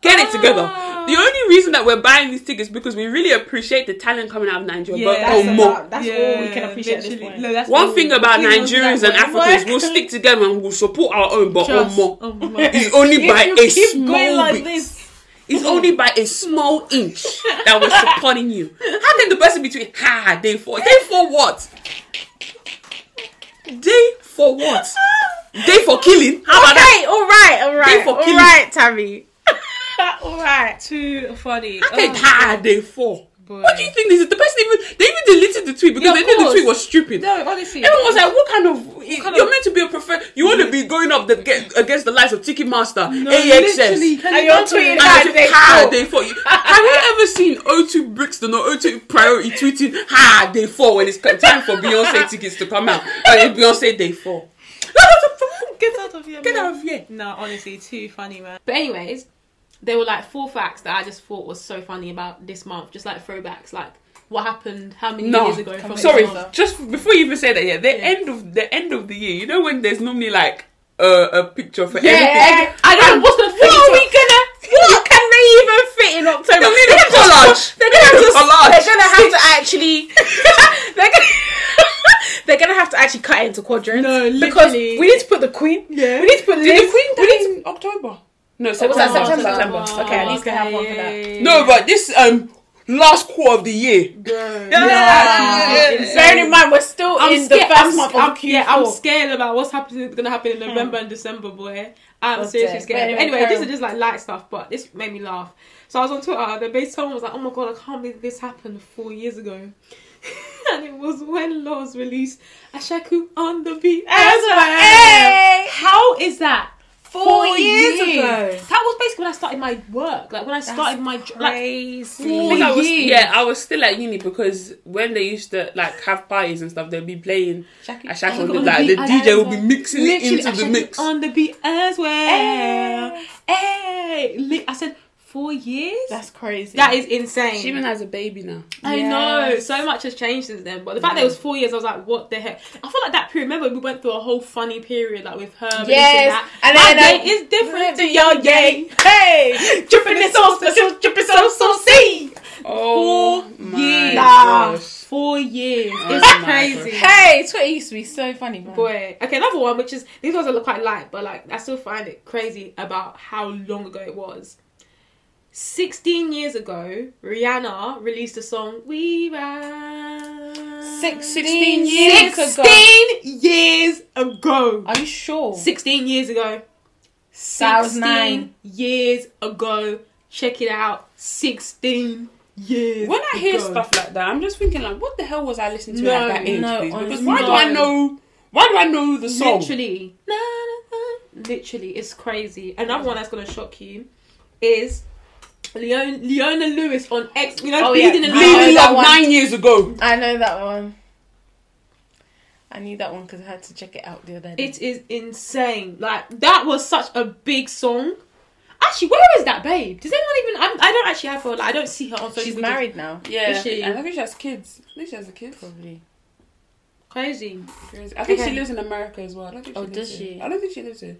[SPEAKER 1] get it together.
[SPEAKER 4] Ah.
[SPEAKER 1] The only reason that we're buying these tickets because we really appreciate the talent coming out of Nigeria. but
[SPEAKER 4] that's
[SPEAKER 1] oh,
[SPEAKER 4] a
[SPEAKER 1] mo-
[SPEAKER 4] lot. That's all we can appreciate at this
[SPEAKER 3] literally.
[SPEAKER 4] point.
[SPEAKER 3] No, that's
[SPEAKER 1] one
[SPEAKER 3] all.
[SPEAKER 1] thing about
[SPEAKER 3] We know
[SPEAKER 1] Nigerians
[SPEAKER 3] that
[SPEAKER 1] and
[SPEAKER 3] we're
[SPEAKER 1] Africans,
[SPEAKER 4] work.
[SPEAKER 1] we'll stick together and we'll support our own. But
[SPEAKER 3] just-
[SPEAKER 1] oh,
[SPEAKER 3] oh
[SPEAKER 1] mo-
[SPEAKER 3] my-
[SPEAKER 1] it's only by
[SPEAKER 4] you
[SPEAKER 1] a
[SPEAKER 4] keep
[SPEAKER 1] small
[SPEAKER 4] going like
[SPEAKER 1] bit.
[SPEAKER 4] this-
[SPEAKER 1] It's only by a small inch that we're supporting you. How can the person between ha day four day for what? Day for what? Day for killing? How about that?
[SPEAKER 4] Okay, all right, all right,
[SPEAKER 1] for
[SPEAKER 4] all
[SPEAKER 1] killing.
[SPEAKER 4] right, Tammy. all right.
[SPEAKER 3] Too funny.
[SPEAKER 1] They
[SPEAKER 3] Oh,
[SPEAKER 1] had day four.
[SPEAKER 3] boy.
[SPEAKER 1] What do you think this is? The person even they even deleted the tweet because
[SPEAKER 3] Yeah,
[SPEAKER 1] they
[SPEAKER 3] of
[SPEAKER 1] knew the
[SPEAKER 3] course.
[SPEAKER 1] tweet was stupid.
[SPEAKER 3] No, Oh, honestly.
[SPEAKER 1] Everyone was like, "What kind of?
[SPEAKER 3] kind
[SPEAKER 1] you're
[SPEAKER 3] of-
[SPEAKER 1] meant to be a prof. You want to be going up the, get, against the likes of Ticketmaster,
[SPEAKER 3] No, literally,
[SPEAKER 1] AXS."
[SPEAKER 3] can
[SPEAKER 4] And
[SPEAKER 3] you
[SPEAKER 4] you're
[SPEAKER 3] not do
[SPEAKER 4] tweeting
[SPEAKER 3] it?
[SPEAKER 1] And
[SPEAKER 4] that.
[SPEAKER 1] they
[SPEAKER 4] day
[SPEAKER 1] tweet, "Ha,
[SPEAKER 4] four."
[SPEAKER 1] day four. You- Have you ever seen O2 Brixton or O2 Priority tweeting "Ha day four when it's co- time for Beyonce tickets to come out? Or it's Beyonce day four.
[SPEAKER 3] Get out of here.
[SPEAKER 1] Get
[SPEAKER 3] man.
[SPEAKER 1] out of here.
[SPEAKER 3] No, honestly, too funny, man. But anyways, they were like four facts that I just thought was so funny about this month, just like throwbacks, like what happened, how many
[SPEAKER 1] No,
[SPEAKER 3] years ago. From
[SPEAKER 1] sorry.
[SPEAKER 3] this month.
[SPEAKER 1] Just before you even say that, yeah, the end of the end of the year. You know when there's normally like uh, a picture for everything.
[SPEAKER 4] Yeah.
[SPEAKER 3] I don't know what's gonna fit.
[SPEAKER 4] What are
[SPEAKER 3] into-
[SPEAKER 4] we gonna? What can they even fit in October?
[SPEAKER 1] They'll need a
[SPEAKER 4] have to-
[SPEAKER 1] collage.
[SPEAKER 4] They're gonna have
[SPEAKER 1] They'll need
[SPEAKER 4] to.
[SPEAKER 1] a collage.
[SPEAKER 4] They're gonna have to actually. they're gonna. They're gonna have to actually cut it into quadrants.
[SPEAKER 3] No,
[SPEAKER 4] because
[SPEAKER 3] literally.
[SPEAKER 4] we need to put the queen.
[SPEAKER 3] Yeah.
[SPEAKER 4] We need to put
[SPEAKER 1] Did
[SPEAKER 4] Liz.
[SPEAKER 1] the Queen die in October? No, September.
[SPEAKER 4] was that
[SPEAKER 3] Oh,
[SPEAKER 4] September? Okay, at least they
[SPEAKER 3] okay,
[SPEAKER 4] have one for that.
[SPEAKER 3] yeah, yeah,
[SPEAKER 1] No, but this um last quarter of the year.
[SPEAKER 4] Yeah. Bearing in mind, we're still
[SPEAKER 3] I'm
[SPEAKER 4] in
[SPEAKER 3] scared.
[SPEAKER 4] the 1st
[SPEAKER 3] I'm,
[SPEAKER 4] month
[SPEAKER 3] I'm-
[SPEAKER 4] of Hmm. Q4.
[SPEAKER 3] yeah, I'm scared about what's happening, gonna happen in November and December, boy. I'm
[SPEAKER 4] That's
[SPEAKER 3] seriously
[SPEAKER 4] it.
[SPEAKER 3] scared.
[SPEAKER 4] But
[SPEAKER 3] But anyway,
[SPEAKER 4] anyway,
[SPEAKER 3] this is
[SPEAKER 4] carry
[SPEAKER 3] just like light stuff, but this made me laugh. So I was on Twitter. The base someone was like, "Oh my god, I can't believe this happened four years ago." and it was when Laws released Ashaku on the beat. As
[SPEAKER 4] Hey!
[SPEAKER 3] How is that?
[SPEAKER 4] eh? Four years ago.
[SPEAKER 3] That was basically when I started my work. Like when I started my j- like
[SPEAKER 4] Crazy.
[SPEAKER 3] four
[SPEAKER 1] I think I was,
[SPEAKER 3] years.
[SPEAKER 1] yeah, I was still at uni because when they used to like have parties and stuff, they'd be playing
[SPEAKER 4] Shaki-
[SPEAKER 1] a shackle
[SPEAKER 3] on
[SPEAKER 1] with
[SPEAKER 3] the
[SPEAKER 1] like the
[SPEAKER 3] beat, I
[SPEAKER 1] DJ would be
[SPEAKER 3] like-
[SPEAKER 1] mixing it
[SPEAKER 3] literally
[SPEAKER 1] into
[SPEAKER 3] I
[SPEAKER 1] the
[SPEAKER 3] said,
[SPEAKER 1] mix.
[SPEAKER 3] on the beat as well. Hey, Eh, Li- I said four years.
[SPEAKER 4] That's crazy.
[SPEAKER 3] That is insane.
[SPEAKER 1] She even has a baby now.
[SPEAKER 3] I know. So much has changed since then. But the fact that it was four years, I was like, what the heck? I feel like that period. Remember, we went through a whole funny period, like with her. and this
[SPEAKER 4] Yes.
[SPEAKER 3] And
[SPEAKER 4] And
[SPEAKER 3] that.
[SPEAKER 4] then I-
[SPEAKER 3] My day is different to
[SPEAKER 4] Yo,
[SPEAKER 3] your day.
[SPEAKER 4] Hey!
[SPEAKER 3] Dripping is so special, dripping so saucy.
[SPEAKER 1] Oh,
[SPEAKER 3] Four years.
[SPEAKER 1] gosh.
[SPEAKER 3] Four years. It's
[SPEAKER 1] my
[SPEAKER 3] crazy.
[SPEAKER 4] Hey! Twitter used to be so funny, man.
[SPEAKER 3] Boy. Okay, another one, which is these ones are quite light, but like I still find it crazy about how long ago it was. 16 years ago, Rihanna released a song, We Ride.
[SPEAKER 4] 16 years ago.
[SPEAKER 3] 16 years ago.
[SPEAKER 4] Are you sure?
[SPEAKER 3] 16 years ago.
[SPEAKER 4] That was
[SPEAKER 3] 16
[SPEAKER 4] nine.
[SPEAKER 3] years ago. Check it out. 16 years
[SPEAKER 1] When I hear
[SPEAKER 3] ago.
[SPEAKER 1] stuff like that, I'm just thinking like, what the hell was I listening to
[SPEAKER 3] No,
[SPEAKER 1] at that age?
[SPEAKER 4] no,
[SPEAKER 1] please? Because
[SPEAKER 4] honestly,
[SPEAKER 1] why do I
[SPEAKER 3] no.
[SPEAKER 1] know? Why do I know the song?
[SPEAKER 3] Literally. Na, na, na. Literally, it's crazy. Another one that's gonna shock you is Leon Leona Lewis on X. You know,
[SPEAKER 4] Oh, yeah.
[SPEAKER 3] bleeding and
[SPEAKER 4] I know
[SPEAKER 1] Leave
[SPEAKER 3] Leon.
[SPEAKER 4] that
[SPEAKER 1] love
[SPEAKER 4] one.
[SPEAKER 1] nine years ago.
[SPEAKER 4] I know that one. I knew that one because I had to check it out the other day.
[SPEAKER 3] It is insane. Like that was such a big song. Actually, where is that babe? Does anyone even? I'm, I don't actually have her. Like, I don't see her on social.
[SPEAKER 4] She's
[SPEAKER 3] media.
[SPEAKER 4] married now.
[SPEAKER 1] Yeah,
[SPEAKER 3] Is she?
[SPEAKER 1] I think she has kids. I think she has a kid.
[SPEAKER 4] Probably.
[SPEAKER 3] Crazy.
[SPEAKER 1] Crazy. I think
[SPEAKER 3] Okay.
[SPEAKER 1] she lives in America as well. I don't think she
[SPEAKER 2] Oh,
[SPEAKER 1] lives
[SPEAKER 2] does
[SPEAKER 1] here.
[SPEAKER 2] she?
[SPEAKER 1] I don't think she lives here.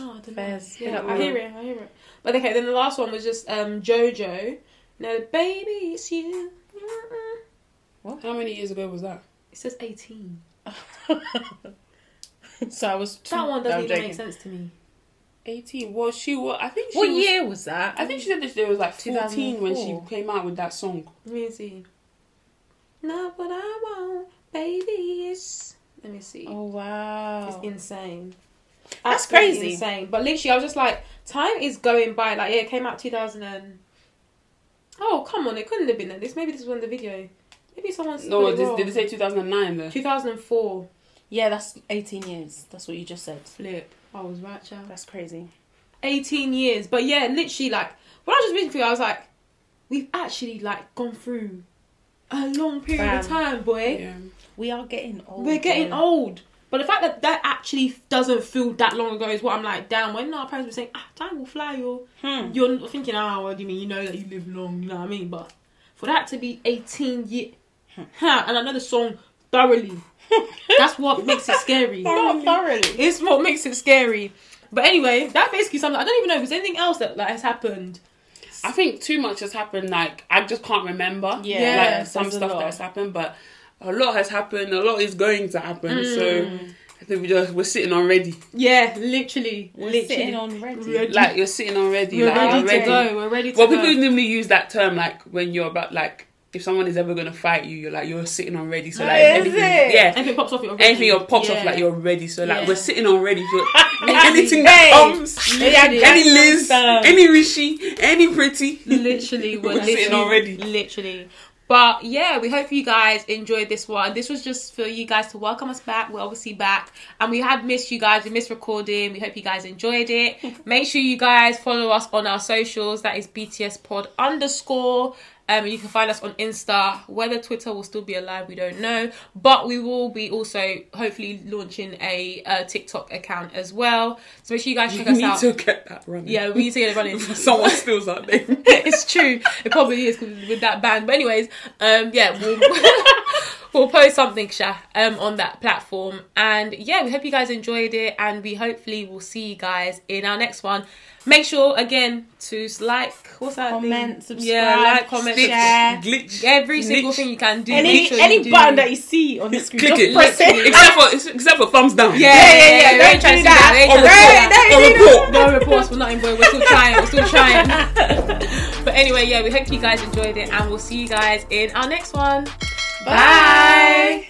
[SPEAKER 3] Oh, I don't know.
[SPEAKER 4] Bears.
[SPEAKER 3] Yeah,
[SPEAKER 4] Big up
[SPEAKER 3] I
[SPEAKER 4] Will.
[SPEAKER 3] hear it. I hear it. But okay, then the last one was just um JoJo. No, baby, it's you. Mm-mm.
[SPEAKER 1] How many years ago was that?
[SPEAKER 3] It says eighteen.
[SPEAKER 4] so I was.
[SPEAKER 3] That one doesn't
[SPEAKER 4] I'm
[SPEAKER 3] even make
[SPEAKER 4] joking.
[SPEAKER 3] sense to me.
[SPEAKER 1] Eighteen. Well, she was. I think. She
[SPEAKER 2] What
[SPEAKER 1] was,
[SPEAKER 2] year was that?
[SPEAKER 1] I think she said that she was like fourteen when she
[SPEAKER 4] 2004.
[SPEAKER 1] came out with that song.
[SPEAKER 3] Let me see. Not what I want, baby. It's... Let me see.
[SPEAKER 4] Oh wow.
[SPEAKER 3] It's insane.
[SPEAKER 4] That's
[SPEAKER 3] Absolutely
[SPEAKER 4] crazy.
[SPEAKER 3] Insane. But literally, I was just like, time is going by. Like, yeah, it came out 2000 and. Oh, come on. It couldn't have been like this. Maybe this was in the video. Maybe someone's.
[SPEAKER 1] No,
[SPEAKER 3] got it
[SPEAKER 1] this,
[SPEAKER 3] wrong.
[SPEAKER 1] did it say 2009 though?
[SPEAKER 3] 2004.
[SPEAKER 4] yeah, that's 18 years. That's what you just said.
[SPEAKER 3] Flip. I was right, child.
[SPEAKER 4] That's crazy.
[SPEAKER 3] 18 years. But yeah, literally, like, when I was just reading through, I was like, we've actually, like, gone through a long period of time, boy.
[SPEAKER 1] Yeah.
[SPEAKER 4] We are getting old.
[SPEAKER 3] We're getting
[SPEAKER 4] yeah.
[SPEAKER 3] old. But the fact that that actually doesn't feel that long ago is what I'm like, down. When our parents were saying, ah, time will fly, you're, you're not thinking, ah, what do you mean? You know that you live long, you know what I mean? But for that to be 18 years, huh, and I know the song thoroughly, that's what makes it scary.
[SPEAKER 4] Not thoroughly.
[SPEAKER 3] It's what makes it scary. But anyway, that basically sums I don't even know if there's anything else that like, has happened.
[SPEAKER 1] I think too much has happened. Like I just can't remember.
[SPEAKER 4] Yeah,
[SPEAKER 1] like
[SPEAKER 4] there's
[SPEAKER 1] some
[SPEAKER 4] a
[SPEAKER 1] stuff
[SPEAKER 4] lot.
[SPEAKER 1] that has happened, but a lot has happened. A lot is going to happen. So I think we just we're sitting on ready.
[SPEAKER 3] Yeah, literally. literally.
[SPEAKER 4] Sitting on ready.
[SPEAKER 3] Ready.
[SPEAKER 1] Like you're sitting on ready.
[SPEAKER 3] We're
[SPEAKER 1] like,
[SPEAKER 3] ready
[SPEAKER 1] you're
[SPEAKER 3] to
[SPEAKER 1] ready.
[SPEAKER 3] go. We're ready to
[SPEAKER 1] Well,
[SPEAKER 3] go.
[SPEAKER 1] people normally use that term like when you're about like if someone is ever gonna fight you, you're like you're sitting on ready.
[SPEAKER 3] Oh,
[SPEAKER 1] So like
[SPEAKER 4] is
[SPEAKER 1] everything,
[SPEAKER 4] it?
[SPEAKER 1] yeah.
[SPEAKER 3] Anything pops off, you're ready.
[SPEAKER 1] Anything you're pops
[SPEAKER 3] Yeah.
[SPEAKER 1] off like you're ready. So like
[SPEAKER 3] Yeah.
[SPEAKER 1] we're sitting on ready. So anything
[SPEAKER 4] Hey.
[SPEAKER 1] that comes,
[SPEAKER 3] Literally.
[SPEAKER 1] any Liz,
[SPEAKER 4] Done.
[SPEAKER 1] any Rishi, any pretty,
[SPEAKER 3] literally we're,
[SPEAKER 1] We're sitting
[SPEAKER 3] literally,
[SPEAKER 1] already.
[SPEAKER 3] literally but yeah we hope you guys enjoyed this one this was just for you guys to welcome us back we're obviously back and we had missed you guys we missed recording we hope you guys enjoyed it make sure you guys follow us on our socials that is bts pod underscore um, you can find us on Insta. Whether Twitter will still be alive, we don't know. But we will be also hopefully launching a, uh TikTok account as well. So make sure you guys check
[SPEAKER 1] We
[SPEAKER 3] us
[SPEAKER 1] need
[SPEAKER 3] out.
[SPEAKER 1] to get that running.
[SPEAKER 3] Yeah, we need to get it running.
[SPEAKER 1] Someone steals that name.
[SPEAKER 3] it's true. It probably is 'cause with that band. But anyways, um, yeah, we'll, we'll post something, Sha, um, on that platform. And yeah, we hope you guys enjoyed it, and we hopefully will see you guys in our next one. Make sure again to like, what's that? thing?
[SPEAKER 4] Comment, subscribe,
[SPEAKER 3] yeah, like, comment,
[SPEAKER 4] share.
[SPEAKER 3] subscribe.
[SPEAKER 1] Glitch.
[SPEAKER 3] Every
[SPEAKER 1] Glitch.
[SPEAKER 3] single thing you can do.
[SPEAKER 4] Any
[SPEAKER 3] make sure you
[SPEAKER 4] any
[SPEAKER 3] do.
[SPEAKER 4] button that you see on the screen,
[SPEAKER 1] Click
[SPEAKER 4] just
[SPEAKER 1] it.
[SPEAKER 4] press it.
[SPEAKER 1] Except for except for thumbs down.
[SPEAKER 3] Yeah, Oh, yeah, yeah. yeah,
[SPEAKER 4] don't
[SPEAKER 3] we ain't trying to
[SPEAKER 4] do
[SPEAKER 3] see that.
[SPEAKER 1] Or
[SPEAKER 3] we ain't trying to see that.
[SPEAKER 1] report. Or report.
[SPEAKER 3] No reports for nothing, boy. We're still trying. We're still trying. but anyway, yeah, we hope you guys enjoyed it, and we'll see you guys in our next one. Bye.
[SPEAKER 4] Bye.